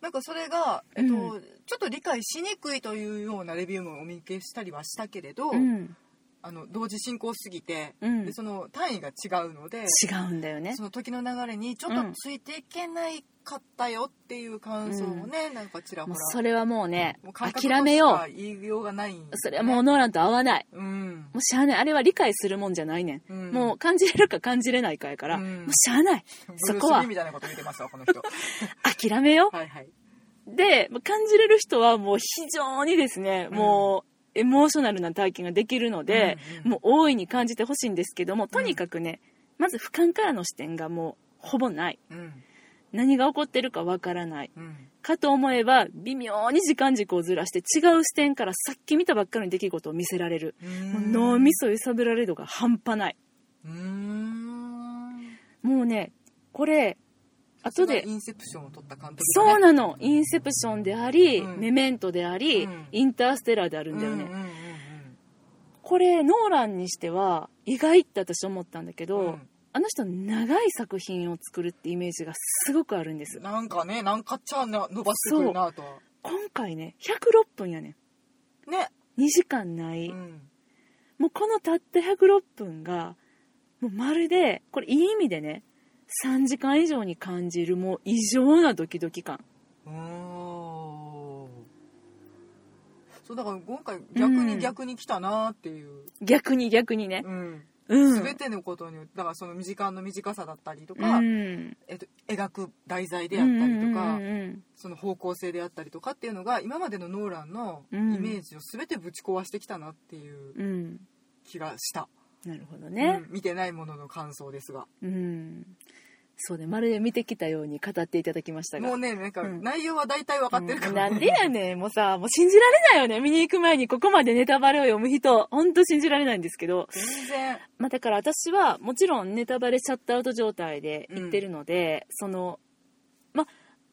Speaker 2: なんかそれが、えっと
Speaker 1: う
Speaker 2: ちょっと理解しにくいというようなレビューもお見受けしたりはしたけれど、
Speaker 1: ん、
Speaker 2: あの同時進行すぎて、
Speaker 1: うん
Speaker 2: でその単位が違うので
Speaker 1: 違うんだよね
Speaker 2: その時の流れにちょっとついていけないかったよっていう感想もね、なんかちらほ
Speaker 1: もう
Speaker 2: ら
Speaker 1: それはもうね
Speaker 2: もう感覚と
Speaker 1: 諦めよ
Speaker 2: しか言いようがない、
Speaker 1: うそれはもうノーランと合わない
Speaker 2: うん、
Speaker 1: もうしゃあないあれは理解するもんじゃないねん、
Speaker 2: うん
Speaker 1: もう感じれるか感じれないかやから、
Speaker 2: うん
Speaker 1: もうしゃあないそこは
Speaker 2: ブルースリーみたいなこと言ってますわこの人
Speaker 1: 諦めよう
Speaker 2: はいはい
Speaker 1: でもう感じれる人はもう非常にですね、
Speaker 2: うん
Speaker 1: もうエモーショナルな体験ができるので、
Speaker 2: うんうん
Speaker 1: もう大いに感じてほしいんですけどもとにかくね、まず俯瞰からの視点がもうほぼない
Speaker 2: うん
Speaker 1: 何が起こってるかわからない
Speaker 2: うん
Speaker 1: かと思えば微妙に時間軸をずらして違う視点からさっき見たばっかりの出来事を見せられる、もう脳みそ揺さぶられるのが半端ないう
Speaker 2: ーん
Speaker 1: もうねこれ後で
Speaker 2: インセプションを取った監督だね
Speaker 1: そうなのインセプションであり、
Speaker 2: うん
Speaker 1: メメントであり、
Speaker 2: うん
Speaker 1: インターステラーであるんだよね、
Speaker 2: うんうんうん
Speaker 1: これノーランにしては意外って私思ったんだけど、
Speaker 2: うん
Speaker 1: あの人長い作品を作るってイメージがすごくあるんです
Speaker 2: なんかねなんかっちゃな伸ばしてくるなとは
Speaker 1: 今回ね106分やね
Speaker 2: ね、
Speaker 1: ん2時間ない、
Speaker 2: うん、
Speaker 1: もうこのたった106分がもうまるでこれいい意味でね3時間以上に感じるもう異常なドキドキ感
Speaker 2: おーそうだから今回逆
Speaker 1: うん
Speaker 2: に逆に来たなっていう、
Speaker 1: 逆に逆にね
Speaker 2: うん
Speaker 1: うん
Speaker 2: 全てのことによってだからその時間の短さだったりと
Speaker 1: う
Speaker 2: か、
Speaker 1: ん
Speaker 2: えっと、描く題材であったりとか、
Speaker 1: うんうんうん
Speaker 2: その方向性であったりとかっていうのが今までのノーランのイ
Speaker 1: うん
Speaker 2: メージを全てぶち壊してきたなっていう
Speaker 1: うんうん
Speaker 2: 気がした、
Speaker 1: なるほどね、
Speaker 2: うん見てないものの感想ですが
Speaker 1: うん、そうねまるで見てきたように語っていただきましたが
Speaker 2: もうねなんか
Speaker 1: うん
Speaker 2: 内容は大体分かってるか
Speaker 1: うん
Speaker 2: ら、
Speaker 1: なんでやねんもうさもう信じられないよね見に行く前にここまでネタバレを読む人ほんと信じられないんですけど、
Speaker 2: 全然
Speaker 1: まあ、だから私はもちろんネタバレシャットアウト状態で行ってるので、そのまあ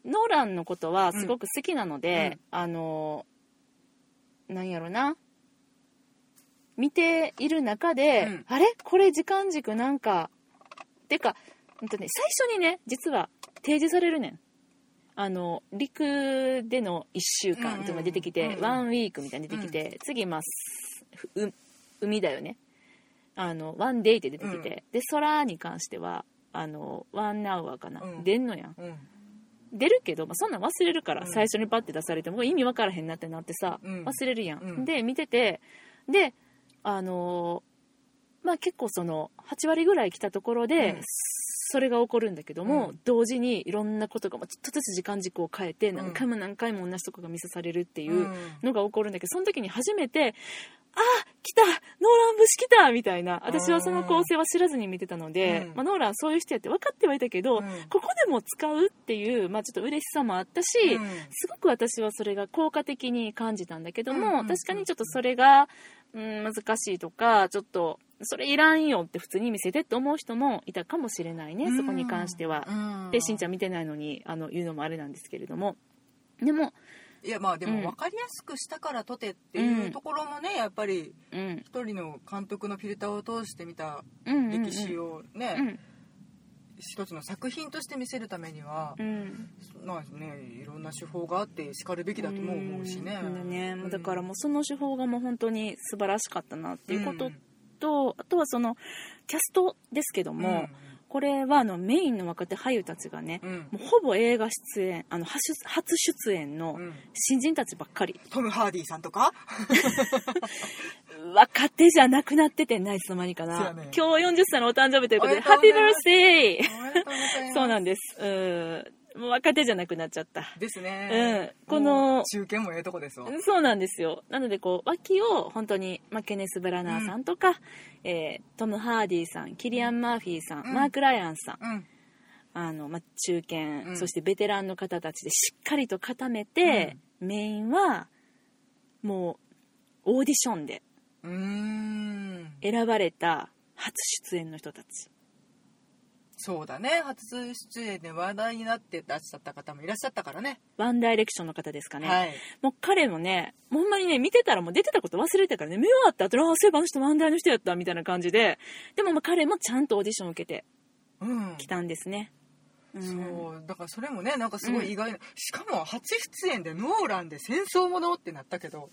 Speaker 1: ノーランのことはすごく好きなので、あのなんやろな見ている中で、
Speaker 2: うん
Speaker 1: あれこれ時間軸なんかてか、ほんとね、最初にね実は提示されるねんあの陸での1週間とか出てき
Speaker 2: うんうん
Speaker 1: て、
Speaker 2: うんうん
Speaker 1: ワンウィークみたいに出てきて、次まあふう海だよねあのワンデイって出てきて、
Speaker 2: うん
Speaker 1: で空に関してはあのワンアワーかな、
Speaker 2: うん
Speaker 1: 出んのやん
Speaker 2: うん
Speaker 1: 出るけど、まあ、そんなん忘れるから、
Speaker 2: うん
Speaker 1: 最初にパッて出されてもこれ意味わからへんなってなってさ、
Speaker 2: うん
Speaker 1: 忘れるやん、
Speaker 2: うん
Speaker 1: で見ててであのーまあ結構その8割ぐらい来たところで、
Speaker 2: うん
Speaker 1: それが起こるんだけども、
Speaker 2: うん
Speaker 1: 同時にいろんなことがもうちょっとずつ時間軸を変えて
Speaker 2: ん
Speaker 1: 何回も何回も同じとこが見せされるってい
Speaker 2: うん
Speaker 1: うのが起こるんだけどその時に初めて「あ来たノーラン節来た!」みたいな私はその構成は知らずに見てたので、
Speaker 2: うん
Speaker 1: まあ、ノーランそういう人やって分かってはいたけど、
Speaker 2: うん
Speaker 1: ここでも使うっていう、まあ、ちょっと嬉しさもあったし、
Speaker 2: うん
Speaker 1: すごく私はそれが効果的に感じたんだけども、
Speaker 2: うんうんうん
Speaker 1: 確かにちょっとそれが、うん、難しいとかちょっとそれいらんよって普通に見せてって思う人もいたかもしれないね、そこに関しては。
Speaker 2: うん
Speaker 1: でしんちゃん見てないのにあの言うのもあれなんですけれどもでも、
Speaker 2: いやまあで
Speaker 1: うん
Speaker 2: も分かりやすくしたからとてっていうところもねやっぱり
Speaker 1: うん、
Speaker 2: 一人の監督のフィルターを通して見た
Speaker 1: うんうんうん
Speaker 2: 歴史をね、
Speaker 1: うん
Speaker 2: 一つの作品として見せるためには、
Speaker 1: うん
Speaker 2: まあねいろんな手法があってしかるべきだとも思うしね。
Speaker 1: うんだね
Speaker 2: うん
Speaker 1: だからもうその手法がもう本当に素晴らしかったなっていうことと、あとはそのキャストですけど
Speaker 2: うん
Speaker 1: も、これはあのメインの若手俳優たちがね、
Speaker 2: うんうん
Speaker 1: もうほぼ映画出演あの初初出演の
Speaker 2: うん
Speaker 1: 新人たちばっかり
Speaker 2: トム・ハーディさんとか、
Speaker 1: 若手じゃなくなっててないつの間にか
Speaker 2: そう
Speaker 1: な、
Speaker 2: やね
Speaker 1: 今日40歳のお誕生日ということ
Speaker 2: お
Speaker 1: で
Speaker 2: めでと
Speaker 1: ハ
Speaker 2: う
Speaker 1: ッ
Speaker 2: ござ
Speaker 1: ピー
Speaker 2: い
Speaker 1: バー
Speaker 2: ま
Speaker 1: スデー
Speaker 2: おめでとうございます
Speaker 1: そうなんですうんもう若手じゃなくなっちゃった
Speaker 2: です
Speaker 1: うん
Speaker 2: ね。
Speaker 1: この
Speaker 2: もう中堅もええとこですわ。
Speaker 1: そうなんですよ。なので、こう、脇を本当に、まあ、ケネス・ブラナーさんとか、えートム・ハーディさん、キリアン・マーフィーさん、
Speaker 2: うん
Speaker 1: マーク・ライアンさん、
Speaker 2: うん
Speaker 1: あの、まあ、中堅、
Speaker 2: うん
Speaker 1: そしてベテランの方たちでしっかりと固めて、メインは、もう、オーディションで
Speaker 2: うーん。
Speaker 1: 選ばれた初出演の人たち。
Speaker 2: そうだね。初出演で話題になってらっしゃった方もいらっしゃったからね。
Speaker 1: ワンダイレクションの方ですかね。
Speaker 2: はい。
Speaker 1: もう彼もね、もうほんまにね、見てたらもう出てたこと忘れてたからね、目終わった後、ああ、そういえばあの人ワンダイの人やった、みたいな感じで、でもまあ彼もちゃんとオーディションを受けて、
Speaker 2: うん
Speaker 1: 来。たんですね。うん
Speaker 2: そうだからそれもねなんかすごい意外な、しかも初出演でノーランで戦争ものってなったけど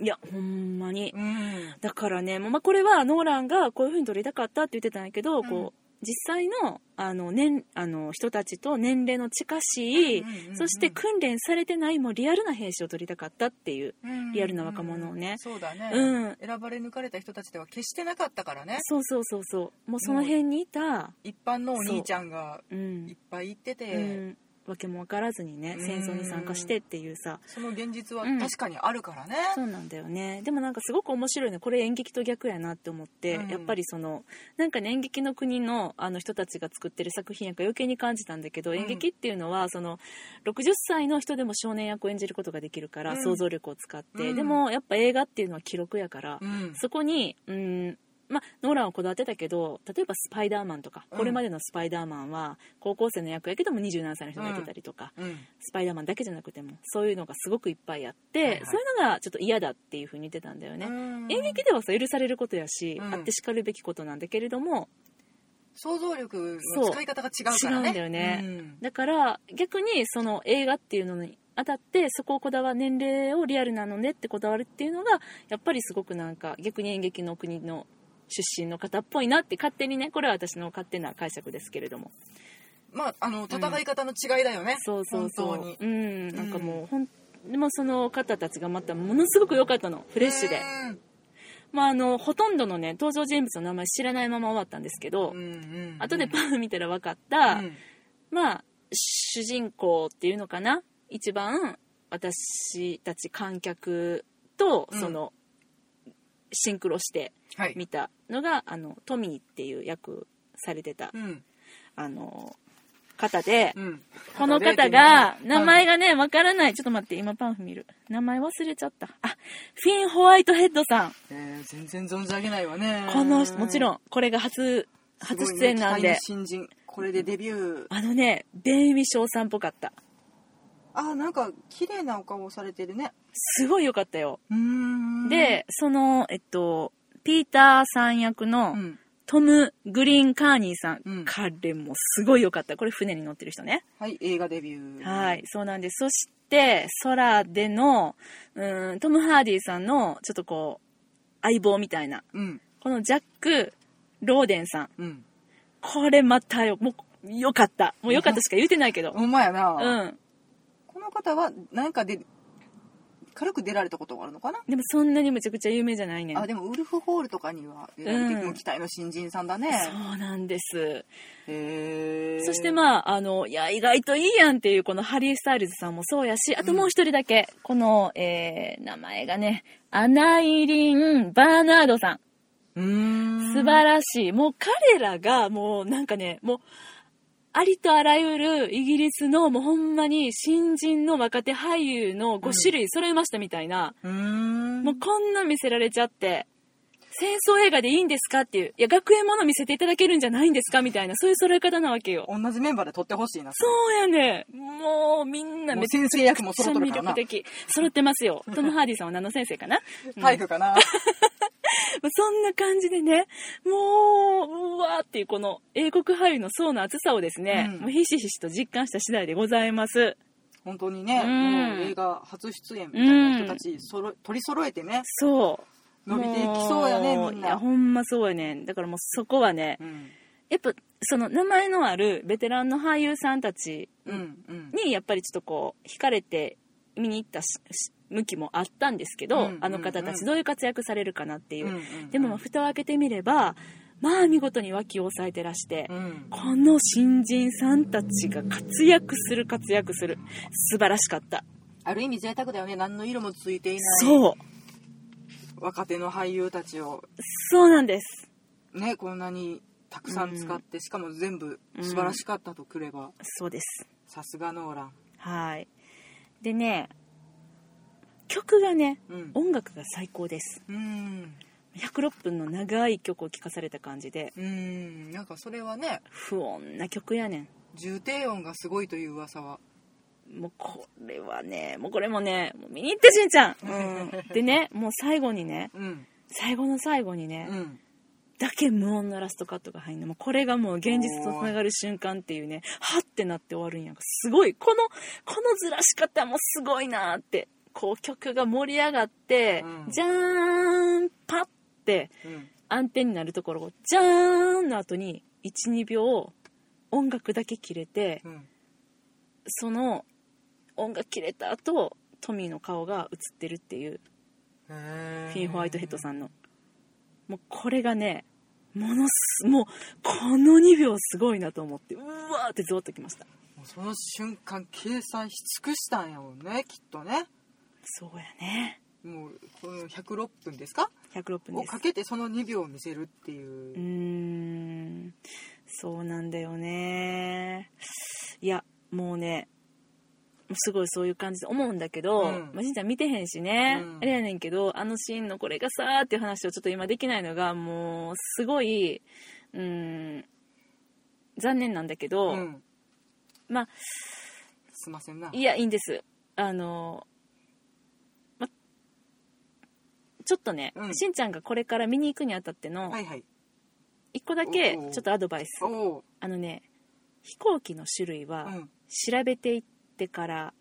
Speaker 1: いやほんまに
Speaker 2: うん
Speaker 1: だからね、もうまあ、これはノーランがこういう風に撮りたかったって言ってたんやけど、
Speaker 2: ん
Speaker 1: こう実際のあの,、ね、あの人たちと年齢の近しい、
Speaker 2: うんうんうんうん
Speaker 1: そして訓練されてないもうリアルな兵士を撮りたかったっていう、リアルな若者をね
Speaker 2: そうだね、
Speaker 1: うん
Speaker 2: 選ばれ抜かれた人たちでは決してなかったからね
Speaker 1: そうそうそうそうもうその辺にいた、
Speaker 2: 一般のお兄ちゃんが
Speaker 1: う
Speaker 2: いっ
Speaker 1: ん
Speaker 2: ぱいいてて、
Speaker 1: うん、わけも分からずにね
Speaker 2: うん
Speaker 1: 戦争に参加してっていうさ、
Speaker 2: その現実は
Speaker 1: うん
Speaker 2: 確かにあるからね、
Speaker 1: そうなんだよねでもなんかすごく面白いねこれ演劇と逆やなって思って、
Speaker 2: うん
Speaker 1: やっぱりそのなんかね演劇の国のあの人たちが作ってる作品やから余計に感じたんだけど、
Speaker 2: ん
Speaker 1: 演劇っていうのはその60歳の人でも少年役を演じることができるから、
Speaker 2: うん
Speaker 1: 想像力を使って、
Speaker 2: うん
Speaker 1: でもやっぱ映画っていうのは記録やから、
Speaker 2: うん
Speaker 1: そこにうんまあ、ノーランはこだわってたけど例えば「スパイダーマン」とか、
Speaker 2: うん
Speaker 1: これまでの「スパイダーマン」は高校生の役やけども27歳の人がやってたりとか、
Speaker 2: うん
Speaker 1: スパイダーマンだけじゃなくてもそういうのがすごくいっぱいあって、
Speaker 2: はいはい
Speaker 1: そういうのがちょっと嫌だっていうふうに言ってたんだよね、
Speaker 2: うん
Speaker 1: 演劇ではさ許されることやし、
Speaker 2: うん
Speaker 1: あってしかるべきことなんだけれども
Speaker 2: 想像力の使い方が違うからね
Speaker 1: そう違うんだよね
Speaker 2: うん
Speaker 1: だから逆にその映画っていうのにあたってそこをこだわ年齢をリアルなのねってこだわるっていうのがやっぱりすごくなんか逆に演劇の国の出身の方っぽいなって勝手にねこれは私の勝手な解釈ですけれども
Speaker 2: まああの戦い方の違いだよね、
Speaker 1: そうそうそ
Speaker 2: 本当
Speaker 1: う
Speaker 2: に
Speaker 1: うんなんかもうほんでもその方たちがまたものすごく良かったのフレッシュで。まあ、あのほとんどのね登場人物の名前知らないまま終わったんですけど、
Speaker 2: うん、うんうん
Speaker 1: 後でパン見たら分かった、
Speaker 2: うん
Speaker 1: まあ主人公っていうのかな一番私たち観客と
Speaker 2: うん
Speaker 1: その、シンクロして
Speaker 2: はい
Speaker 1: 見たのがあのトミーっていう役されてた、
Speaker 2: うん
Speaker 1: あの方で、
Speaker 2: うん
Speaker 1: この方が
Speaker 2: 0.7
Speaker 1: 名前がね分からないちょっと待って今パンフ見る名前忘れちゃったあフィン・ホワイトヘッドさん
Speaker 2: えー全然存じ上げないわね
Speaker 1: このもちろ
Speaker 2: ん
Speaker 1: んこれが初初出演なんで、
Speaker 2: 新人これでデビュー
Speaker 1: あのね弁イミ翔さんっぽかった
Speaker 2: あなんか綺麗なお顔をされてるね
Speaker 1: すごい良かったよ、
Speaker 2: うーん、
Speaker 1: でそのえっとピーターさん役
Speaker 2: う
Speaker 1: の
Speaker 2: ん、
Speaker 1: トム・グリーン・カーニーさん、
Speaker 2: うん
Speaker 1: 彼もすごい良かったこれ船に乗ってる人ね、
Speaker 2: はい映画デビュー
Speaker 1: はいそうなんですそして空でのうーんトム・ハーディさんのちょっとこう相棒みたいな
Speaker 2: うん
Speaker 1: このジャック・ローデンさん
Speaker 2: うん
Speaker 1: これまたよもう良かったもう良かったしか言うてないけど
Speaker 2: ほんまやな、
Speaker 1: うん
Speaker 2: この方はなんかで軽く出られたことがあるのかな、
Speaker 1: でもそんなにむちゃくちゃ有名じゃないねん
Speaker 2: あでもウルフホールとかには出られて、
Speaker 1: うん
Speaker 2: 期待の新人さんだね
Speaker 1: そうなんです
Speaker 2: へえ
Speaker 1: そしてまあ、あの、いや、意外といいやんっていう、このハリー・スタイルズさんもそうやし、あともう一人だけ、この、えー、名前がね、アナイリン・バーナードさん。
Speaker 2: うーん
Speaker 1: 素晴らしい。もう彼らが、もうなんかね、もう、ありとあらゆるイギリスの、もうほんまに新人の若手俳優の5種類揃えましたみたいな、
Speaker 2: うーん
Speaker 1: もうこんな見せられちゃって、戦争映画でいいんですかっていう、いや、学園もの見せていただけるんじゃないんですかみたいな、そういう揃え方なわけよ。
Speaker 2: 同じメンバーで撮ってほしいな
Speaker 1: そうやねんもうみんな
Speaker 2: も
Speaker 1: め
Speaker 2: う
Speaker 1: っち
Speaker 2: 先生役
Speaker 1: ゃ
Speaker 2: も揃っとる
Speaker 1: 魅
Speaker 2: からな
Speaker 1: 力的。揃ってますよ。トム・ハーディさんは何の先生かな、うん
Speaker 2: 体育かな
Speaker 1: そんな感じでね、もう、うわーっていうこの英国俳優の層の厚さをですね、
Speaker 2: うん
Speaker 1: もうひしひしと実感した次第でございます。
Speaker 2: 本当にね、
Speaker 1: うん
Speaker 2: もう映画初出演みたいな人たちそろ取り揃えてね
Speaker 1: そう。
Speaker 2: 伸びていきそうやね
Speaker 1: も
Speaker 2: みん
Speaker 1: いや、
Speaker 2: な
Speaker 1: ほんまそうやねんだからもうそこはね
Speaker 2: う、ん
Speaker 1: やっぱその名前のあるベテランの俳優さんたち
Speaker 2: うんうん
Speaker 1: にやっぱりちょっとこう惹かれて見に行ったしし向きもあったんですけど、
Speaker 2: うん
Speaker 1: あの方たちどういう活躍されるかなっていう、
Speaker 2: うんうん
Speaker 1: でもまあ蓋を開けてみればまあ見事に脇を押さえてらして、
Speaker 2: うん
Speaker 1: この新人さんたちが活躍する活躍する素晴らしかった
Speaker 2: ある意味贅沢だよね何の色もついていない
Speaker 1: そう
Speaker 2: 若手の俳優たちを
Speaker 1: そうなんです
Speaker 2: ねこんなにたくさん使って、しかも全部素晴らしかったとくれば、
Speaker 1: そうです
Speaker 2: さすがノーラン、
Speaker 1: はいでね曲がね
Speaker 2: うん、
Speaker 1: 音楽が最高です
Speaker 2: うん
Speaker 1: 106分の長い曲を聴かされた感じで
Speaker 2: うんなんかそれはね
Speaker 1: 不穏な曲やねん
Speaker 2: 重低音がすごいという噂は
Speaker 1: もうこれはね、もうこれもね、もう見に行ってしんちゃん、でね、もう最後にね、
Speaker 2: うん
Speaker 1: 最後の最後にね、
Speaker 2: うん
Speaker 1: だけ無音のラストカットが入んの。もうこれがもう現実とつながる瞬間っていうね、はってなって終わるんやんか。すごい。この、このずらし方もすごいなーって。こう曲が盛り上がって、
Speaker 2: うん
Speaker 1: じゃーん、パッって
Speaker 2: うん
Speaker 1: 暗転になるところを、じゃーんの後に、1、2秒、音楽だけ切れて、
Speaker 2: うん
Speaker 1: その音が切れた後トミーの顔が映ってるっていうフ
Speaker 2: フ
Speaker 1: ィン・ホワイトヘッド
Speaker 2: ん
Speaker 1: さんのもうこれがねものすもうこの2秒すごいなと思ってうわーってゾッときました
Speaker 2: もうその瞬間計算し尽くしたんやもんねきっとね
Speaker 1: そうやね
Speaker 2: もうこの106分ですか
Speaker 1: 106分
Speaker 2: を
Speaker 1: です
Speaker 2: かけてその2秒を見せるっていう
Speaker 1: うーんそうなんだよねいやもうねすごいそういう感じで思うんだけど、
Speaker 2: うん
Speaker 1: まあ、しんちゃん見てへんしね、
Speaker 2: うん
Speaker 1: あれやねんけどあのシーンのこれがさーっていう話をちょっと今できないのがもうすごいうーん残念なんだけど、
Speaker 2: うん
Speaker 1: まあ
Speaker 2: すいませんない
Speaker 1: やいいんですあのまちょっとね、
Speaker 2: うん
Speaker 1: しんちゃんがこれから見に行くにあたっての
Speaker 2: はいはい
Speaker 1: 一個だけち
Speaker 2: お
Speaker 1: ょ
Speaker 2: う
Speaker 1: っとアドバイス、
Speaker 2: おお
Speaker 1: あのね飛行機の種類
Speaker 2: う
Speaker 1: は
Speaker 2: うん
Speaker 1: 調べていってから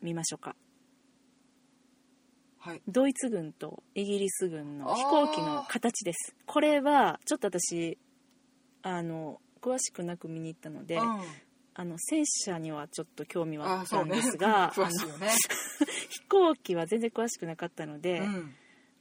Speaker 1: 見ましょうか、
Speaker 2: はい
Speaker 1: ドイツ軍とイギリス軍
Speaker 2: あ
Speaker 1: の
Speaker 2: ー
Speaker 1: 飛行機の形ですこれはちょっと私あの詳しくなく見に行ったので、
Speaker 2: うん
Speaker 1: あの戦車にはちょっと興味はあ
Speaker 2: あ
Speaker 1: った
Speaker 2: そうんね
Speaker 1: ですが
Speaker 2: 詳しいよね
Speaker 1: 飛行機は全然詳しくなかったので、
Speaker 2: うん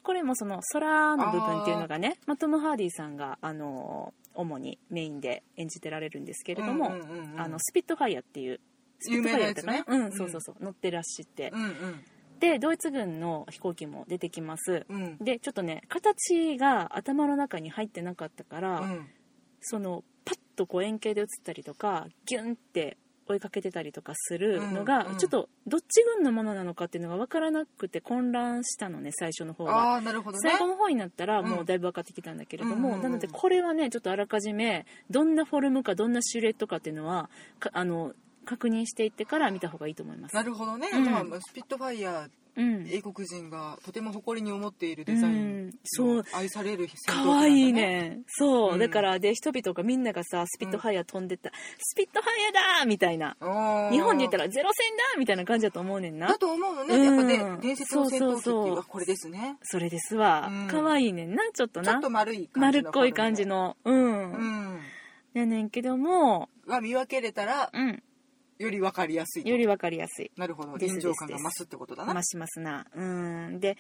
Speaker 1: これもその空の部分っていうのがねまあ、トム・ハーディさんがあの主にメインで演じてられるんですけれども、
Speaker 2: うんうんうんうん
Speaker 1: あのスピットファイアっていうスピットファイアだったかな
Speaker 2: 有名な
Speaker 1: う
Speaker 2: やつね
Speaker 1: んそうそうそう乗ってらっしゃって、
Speaker 2: うんうん
Speaker 1: でドイツ軍の飛行機も出てきます
Speaker 2: うん
Speaker 1: でちょっとね形が頭の中に入ってなかったから、
Speaker 2: うん
Speaker 1: そのパッとこう円形で映ったりとかギュンって追いかけてたりとかするのが、
Speaker 2: うんうん
Speaker 1: ちょっとどっち軍のものなのかっていうのが分からなくて混乱したのね最初の方が。
Speaker 2: ああなるほどね
Speaker 1: 最後の方になったら
Speaker 2: うん
Speaker 1: もうだいぶ分かってきたんだけれど
Speaker 2: うんうん
Speaker 1: も、
Speaker 2: うんうん
Speaker 1: なのでこれはねちょっとあらかじめどんなフォルムかどんなシルエットかっていうのはかあの確認していってから見た方がいいと思います。
Speaker 2: なるほどね、
Speaker 1: うん
Speaker 2: まあスピットファイヤー
Speaker 1: うん、
Speaker 2: 英国人がとても誇りに思っているデザイン、
Speaker 1: うんそう
Speaker 2: 愛される戦闘機なんだね
Speaker 1: 可愛いねそう、
Speaker 2: うん
Speaker 1: だからで人々がみんながさスピットファイア飛んでった、スピットファイアだーみたいな日
Speaker 2: 日
Speaker 1: 本で言った
Speaker 2: ら
Speaker 1: らゼロ戦だーみたいな感じだと思うねんな
Speaker 2: だと思うのねやっぱね、
Speaker 1: うん
Speaker 2: 伝説の戦闘機ってい
Speaker 1: そうそううそう
Speaker 2: あこれですね
Speaker 1: それですわ
Speaker 2: うん
Speaker 1: 可愛、いねんなちょっと
Speaker 2: ちょ
Speaker 1: な
Speaker 2: っと丸い感
Speaker 1: 丸
Speaker 2: じ
Speaker 1: っこい感じのう、
Speaker 2: うんん
Speaker 1: やねんけども
Speaker 2: が見分けれたら
Speaker 1: うん
Speaker 2: より分かりやすいと
Speaker 1: より分かりやすい
Speaker 2: なるほど
Speaker 1: です
Speaker 2: 臨場感が
Speaker 1: です
Speaker 2: 増すってことだな
Speaker 1: 増しますなうんで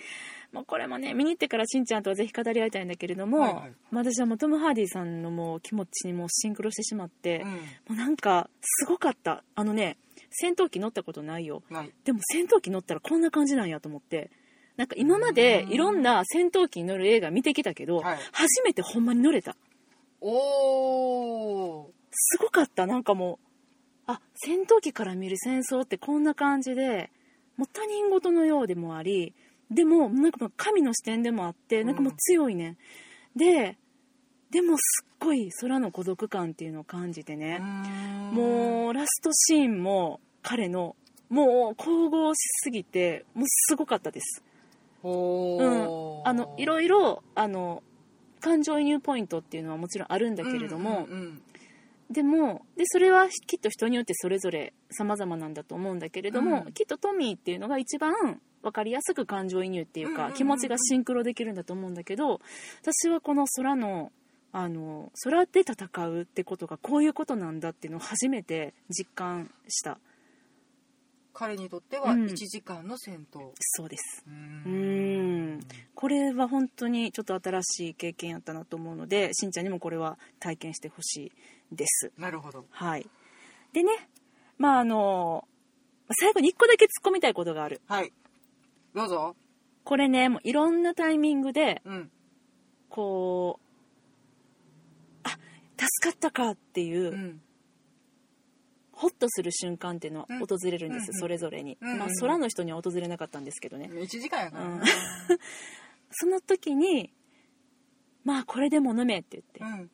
Speaker 1: もうこれもね見に行ってからしんちゃんとはぜひ語り合いたいんだけれども、
Speaker 2: はいはい
Speaker 1: まあ私はもうトム・ハーディさんのもう気持ちにもうシンクロしてしまって、
Speaker 2: う
Speaker 1: も
Speaker 2: ん
Speaker 1: うなんかすごかったあのね戦闘機乗ったことないよ
Speaker 2: ない
Speaker 1: でも戦闘機乗ったらこんな感じなんやと思ってなんか今まで
Speaker 2: うん
Speaker 1: いろんな戦闘機に乗る映画見てきたけど、
Speaker 2: はい
Speaker 1: 初めてほんまに乗れた
Speaker 2: おー
Speaker 1: すごかったなんかもうあ戦闘機から見る戦争ってこんな感じでもう他人事のようでもありでもなんかもう神の視点でもあってなんかもう強いね、ん、ででもすっごい空の孤独感っていうのを感じてね、もうラストシーンも彼のもう神々しすぎてもうすごかったです
Speaker 2: うおー
Speaker 1: あのいろいろあの感情移入ポイントっていうのはもちろんあるんだけれども、
Speaker 2: うんうん
Speaker 1: でもでそれはきっと人によってそれぞれ様々なんだと思うんだけれども、
Speaker 2: うん
Speaker 1: きっとトミーっていうのが一番分かりやすく感情移入っていう
Speaker 2: うんうん
Speaker 1: か、
Speaker 2: うん
Speaker 1: 気持ちがシンクロできるんだと思うんだけど私はこの空のあの空で戦うってことがこういうことなんだっていうのを初めて実感した
Speaker 2: 彼にとっては
Speaker 1: うん
Speaker 2: 1時間の戦闘
Speaker 1: そうです
Speaker 2: うー
Speaker 1: うんんこれは本当にちょっと新しい経験やったなと思うのでしんちゃんにもこれは体験してほしいです
Speaker 2: なるほど
Speaker 1: はい。でね、まああの、最後に一個だけ突っ込みたいことがある。
Speaker 2: はいどうぞ
Speaker 1: これね、もういろんなタイミングで、
Speaker 2: うん
Speaker 1: こう、あ、助かったかっていう、
Speaker 2: うん
Speaker 1: ホッとする瞬間っていうのは
Speaker 2: うん
Speaker 1: 訪れるんです、
Speaker 2: うんうん
Speaker 1: それぞれに。
Speaker 2: うんうん
Speaker 1: まあ空の人には訪れなかったんですけどね。
Speaker 2: 1時間やから
Speaker 1: うん
Speaker 2: な
Speaker 1: その時に、まあこれでも飲めって言って、
Speaker 2: うん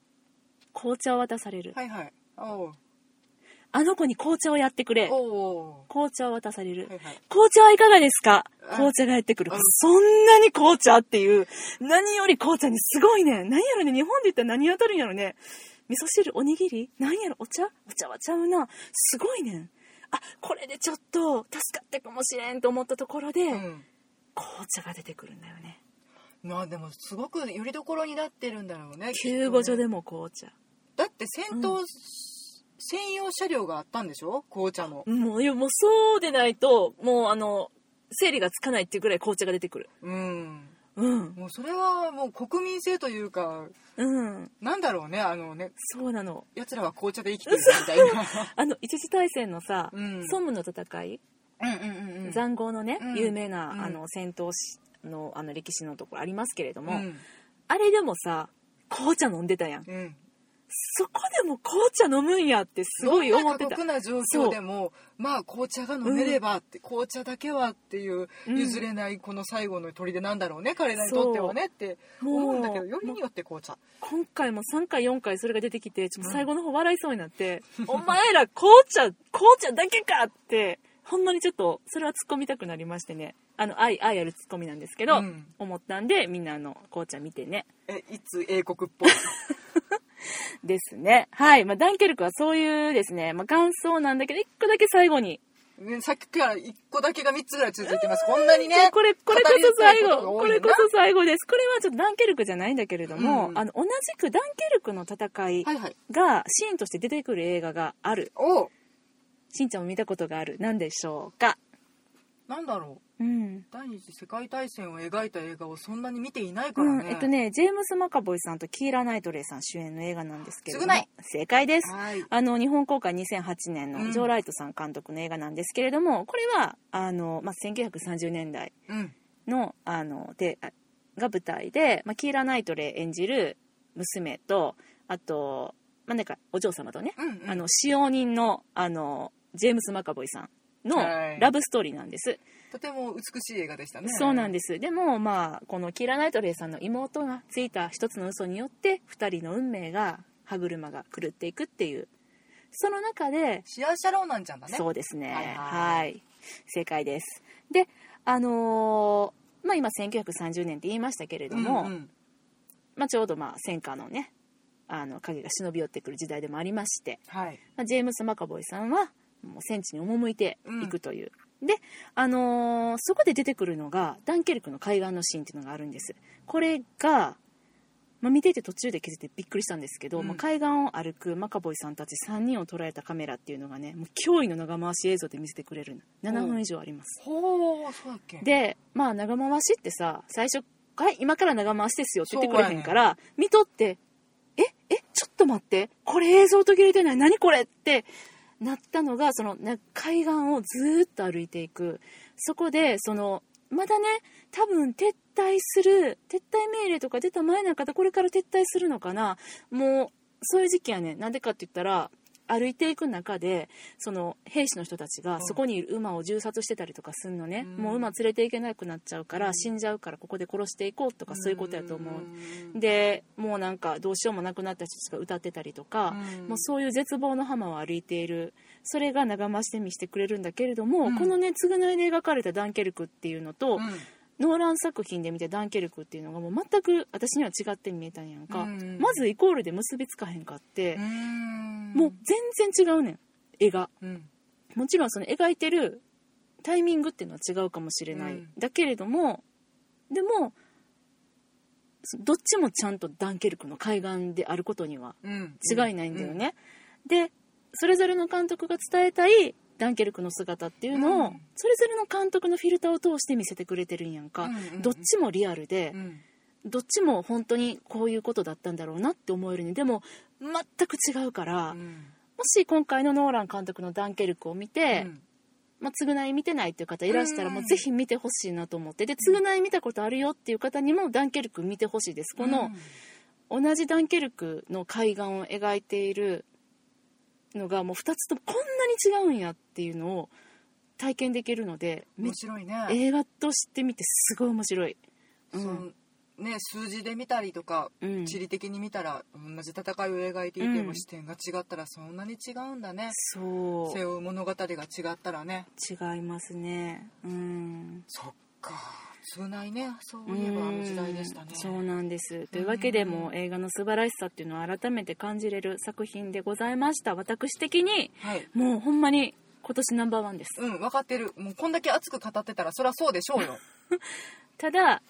Speaker 1: 紅茶を渡される。
Speaker 2: はいはいおう
Speaker 1: あの子に紅茶をやってくれ。
Speaker 2: お
Speaker 1: 紅茶を渡される
Speaker 2: う。はいはい
Speaker 1: 紅茶はいかがですか
Speaker 2: あ
Speaker 1: 紅茶がやってくる
Speaker 2: うん。
Speaker 1: そんなに紅茶っていう、何より紅茶にすごいね。何やろね、日本で言ったら何当たるんやろね。味噌汁、おにぎり何やろ、お茶お茶はちゃうな。すごいねん。あ、これでちょっと助かったかもしれんと思ったところで、
Speaker 2: うん
Speaker 1: 紅茶が出てくるんだよね。
Speaker 2: まあでもすごくよりどころになってるんだろうね
Speaker 1: 救護所
Speaker 2: きっとね
Speaker 1: でも紅茶。
Speaker 2: だって戦闘専用車両があったんでしょ紅茶の
Speaker 1: もう、いやもうそうでないと、もうあの、整理がつかないっていうくらい紅茶が出てくる。
Speaker 2: うん
Speaker 1: うん。
Speaker 2: もうそれはもう国民性というか
Speaker 1: うん。
Speaker 2: なんだろうねあのね
Speaker 1: そうなの。
Speaker 2: 奴らは紅茶で生きてるみたいな
Speaker 1: あの、一次大戦のさ、
Speaker 2: うん
Speaker 1: ソムの戦い、
Speaker 2: うんうんうんうん
Speaker 1: 塹壕のね、
Speaker 2: うん
Speaker 1: 有名な、
Speaker 2: うん
Speaker 1: あの戦闘しのあの歴史のところありますけれど
Speaker 2: う
Speaker 1: も、
Speaker 2: ん
Speaker 1: あれでもさ紅茶飲んでたやん
Speaker 2: うん
Speaker 1: そこでも紅茶飲むんやってすごい思ってた
Speaker 2: どんな過酷な状況でもまあ紅茶が飲めればって、紅茶だけはっていう
Speaker 1: うん
Speaker 2: 譲れないこの最後の砦なんだろうね彼らにとってはねって思うんだけど
Speaker 1: もう
Speaker 2: よりによって紅茶
Speaker 1: 今回も3回4回それが出てきてちょっと
Speaker 2: うん
Speaker 1: 最後の方笑いそうにな って「お前ら紅茶紅茶だけか!」ってほんまにちょっとそれは突っ込みたくなりましてねあの愛愛ある突っ込みなんですけど、
Speaker 2: うん
Speaker 1: 思ったんでみんなあの紅茶見てね
Speaker 2: えいつ英国っぽい
Speaker 1: ですねはい、まあ、ダンケルクはそういうですね、まあ、感想なんだけど1個だけ最後に
Speaker 2: ねさっきから1個だけが3つぐらい続いてますこんなに
Speaker 1: じゃ
Speaker 2: ね
Speaker 1: あこれ、これこそ最後、こ
Speaker 2: 語り
Speaker 1: れ
Speaker 2: づ
Speaker 1: こ
Speaker 2: らい
Speaker 1: そ最後です。これはちょっとダンケルクじゃないんだけれども、
Speaker 2: うん
Speaker 1: あの、同じくダンケルクの戦い
Speaker 2: ことが多いなはいはい
Speaker 1: がシーンとして出てくる映画がある。
Speaker 2: おう
Speaker 1: しんちゃんも見たことがある。何でしょうか
Speaker 2: なんだろう
Speaker 1: うん。
Speaker 2: 第二次世界大戦を描いた映画をそんなに見ていないか
Speaker 1: う
Speaker 2: らね、
Speaker 1: ん、えっとね、ジェームス・マカボイさんとキーラ・ナイトレイさん主演の映画なんですけれども
Speaker 2: 償い、
Speaker 1: 正解です。
Speaker 2: はい
Speaker 1: あの日本公開2008年の
Speaker 2: うん
Speaker 1: ジョー・ライトさん監督の映画なんですけれども、これはあの、まあ、1930年代
Speaker 2: うん
Speaker 1: のあのであが舞台で、まあ、キーラ・ナイトレイ演じる娘とあと、まあ、なんかお嬢様とね、
Speaker 2: うんうん
Speaker 1: あの使用人のあのジェームス・マカボイさんの
Speaker 2: はい
Speaker 1: ラブストーリーなんです、
Speaker 2: とても美しい映画でしたね
Speaker 1: そうなん
Speaker 2: で
Speaker 1: ですでもまあこのキーラ・ナイトレイさんの妹がついた一つの嘘によって二人の運命が歯車が狂っていくっていうその中で
Speaker 2: シア・シャローナンちゃんだね
Speaker 1: そうですね。
Speaker 2: は
Speaker 1: はいい、
Speaker 2: はい
Speaker 1: 正解です。で、あのーまあ今1930年って言いましたけれども、
Speaker 2: うんうん
Speaker 1: まあちょうどまあ戦火のね、あの影が忍び寄ってくる時代でもありまして、
Speaker 2: はい
Speaker 1: まあ、ジェームス・マカボイさんはもう戦地に赴いていくという。で、あのーそこで出てくるのがダンケルクの海岸のシーンっていうのがあるんです。これがまあ、見ていて途中で気づいてびっくりしたんですけど、
Speaker 2: うん
Speaker 1: まあ、海岸を歩くマカボイさんたち3人を捉えたカメラっていうのがねもう驚異の長回し映像で見せてくれるの7分以上あります、
Speaker 2: ほうそうだっけ
Speaker 1: でまあ長回しってさ最初「はい今から長回しですよ」って言ってくれへん
Speaker 2: そ
Speaker 1: か
Speaker 2: う
Speaker 1: ら、見とって「ええちょっと待ってこれ映像途切れてない何これ?」ってなったのがその、ね、海岸をずーっと歩いていくそこでそのまだね多分撤退する撤退命令とか出た前なんかでこれから撤退するのかなもうそういう時期やねなんでかって言ったら歩いていく中でその兵士の人たちが
Speaker 2: ん
Speaker 1: そこにいる馬を銃殺してたりとかすんのね、
Speaker 2: うん
Speaker 1: もう馬連れていけなくなっちゃうから、
Speaker 2: うん
Speaker 1: 死んじゃうからここで殺していこうとかそういうことやと思う、
Speaker 2: ん
Speaker 1: でもうなんかどうしようもなくなった人たちが歌ってたりとか、
Speaker 2: ん
Speaker 1: もうそういう絶望の浜を歩いているそれが長回しで見せてくれるんだけれども、
Speaker 2: うん
Speaker 1: このね償いで描かれたダンケルクっていうのと、
Speaker 2: うん
Speaker 1: ノーラン作品で見たダンケルクっていうのがもう全く私には違って見えたんやんか、
Speaker 2: うん
Speaker 1: まずイコールで結びつかへんかって
Speaker 2: う、ん
Speaker 1: もう全然違うねん絵が
Speaker 2: うん
Speaker 1: もちろんその描いてるタイミングっていうのは違うかもしれない、
Speaker 2: うん
Speaker 1: だけれどもでもそどっちもちゃんとダンケルクの海岸であることには
Speaker 2: うん
Speaker 1: 違いないんだよね、でそれぞれの監督が伝えたいダンケルクの姿っていうのを、
Speaker 2: うん
Speaker 1: それぞれの監督のフィルターを通して見せてくれてるんやんか、
Speaker 2: うんうんうん
Speaker 1: どっちもリアルで
Speaker 2: う、ん
Speaker 1: どっちも本当にこういうことだったんだろうなって思えるねでも全く違うから、
Speaker 2: う
Speaker 1: も
Speaker 2: ん
Speaker 1: し今回のノーラン監督のダンケルクを見て、
Speaker 2: うん
Speaker 1: まあ、償い見てないっていう方いらしたら、
Speaker 2: うん
Speaker 1: もうぜひ見てほしいなと思ってで償い見たことあるよっていう方にもダンケルク見てほしいですこの、同じダンケルクの海岸を描いているのがもう2つともこんなに違うんやっていうのを体験できるので
Speaker 2: うん
Speaker 1: め
Speaker 2: 面白いね
Speaker 1: 映画として見てすごい面白い、う
Speaker 2: そ
Speaker 1: ん
Speaker 2: のね数字で見たりとか
Speaker 1: うん、
Speaker 2: 地理的に見たら同じ戦いを描いていて
Speaker 1: うん
Speaker 2: も視点が違ったらそんなに違うんだね
Speaker 1: そう
Speaker 2: 背負う物語が違ったらね
Speaker 1: 違いますねうん
Speaker 2: そっか償いねそういえばあの時代でしたね
Speaker 1: うんそうなんですというわけでもう映画の素晴らしさっていうのを改めて感じれる作品でございました私的に
Speaker 2: はい
Speaker 1: もうほんまに今年ナンバーワンです
Speaker 2: うん分かってるもうこんだけ熱く語ってたらそりゃそうでしょうよ
Speaker 1: ただ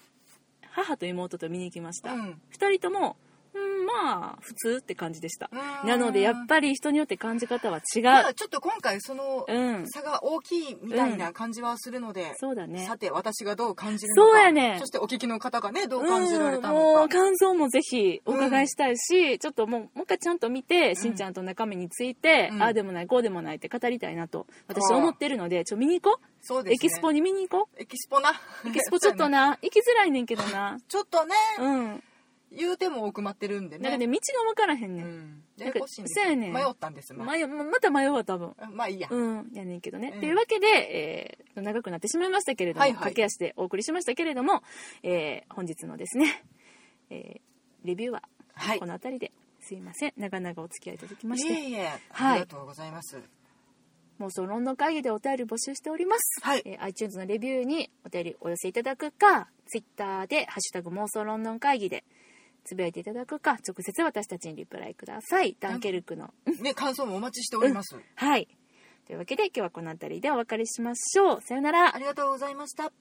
Speaker 1: 母と妹と見に行きました、
Speaker 2: う
Speaker 1: 二
Speaker 2: ん
Speaker 1: 人とも、うん、まあ普通って感じでした、
Speaker 2: うん
Speaker 1: なのでやっぱり人によって感じ方は違
Speaker 2: ま
Speaker 1: う
Speaker 2: あちょっと今回その
Speaker 1: うん
Speaker 2: 差が大きいみたいな感じはするので、
Speaker 1: そうだね
Speaker 2: さて私がどう感じるのか
Speaker 1: そうやね
Speaker 2: そしてお聞きの方がねどう感じられ
Speaker 1: うん
Speaker 2: た
Speaker 1: も
Speaker 2: の
Speaker 1: う
Speaker 2: か、
Speaker 1: 感想もぜひお伺いしたいし、ちょっともうもう一回ちゃんと見て、しんちゃんと中身について、
Speaker 2: うん
Speaker 1: ああでもないこうでもないって語りたいなと私
Speaker 2: ああ
Speaker 1: 思ってるのでちょ見に行こう
Speaker 2: そうですね
Speaker 1: エキスポに見に行こ
Speaker 2: エキスポな
Speaker 1: うエキスポちょっとな行きづらいねんけどな
Speaker 2: ちょっ とね、
Speaker 1: うん
Speaker 2: 言うても奥まってるんでね
Speaker 1: なんかね道が分からへん
Speaker 2: う
Speaker 1: ねん、
Speaker 2: ん
Speaker 1: なんか
Speaker 2: ややこしいんですよ
Speaker 1: そうやねん
Speaker 2: 迷ったんです、ま
Speaker 1: 迷ままた迷うわ多分
Speaker 2: あ、まあいいや、
Speaker 1: うん、やねんけどね。
Speaker 2: うん
Speaker 1: というわけで、えー長くなってしまいましたけれども、
Speaker 2: はいはい
Speaker 1: 駆け足でお送りしましたけれども、えー本日のですね、えーレビューは
Speaker 2: はい
Speaker 1: この辺りで、すいません、長々お付き合いいただきまし
Speaker 2: い
Speaker 1: て、
Speaker 2: えいえ、
Speaker 1: はい
Speaker 2: ありがとうございます
Speaker 1: 妄想ロンドン会議でお便り募集しております、
Speaker 2: はい
Speaker 1: えー iTunes のレビューにお便りお寄せいただくか Twitter で「ハッシュタグ妄想ロンドン会議」でつぶやいていただくか直接私たちにリプライくださいダンケルクの
Speaker 2: ね感想もお待ちしております、
Speaker 1: はいというわけで今日はこの辺りでお別れしましょうさよなら
Speaker 2: ありがとうございました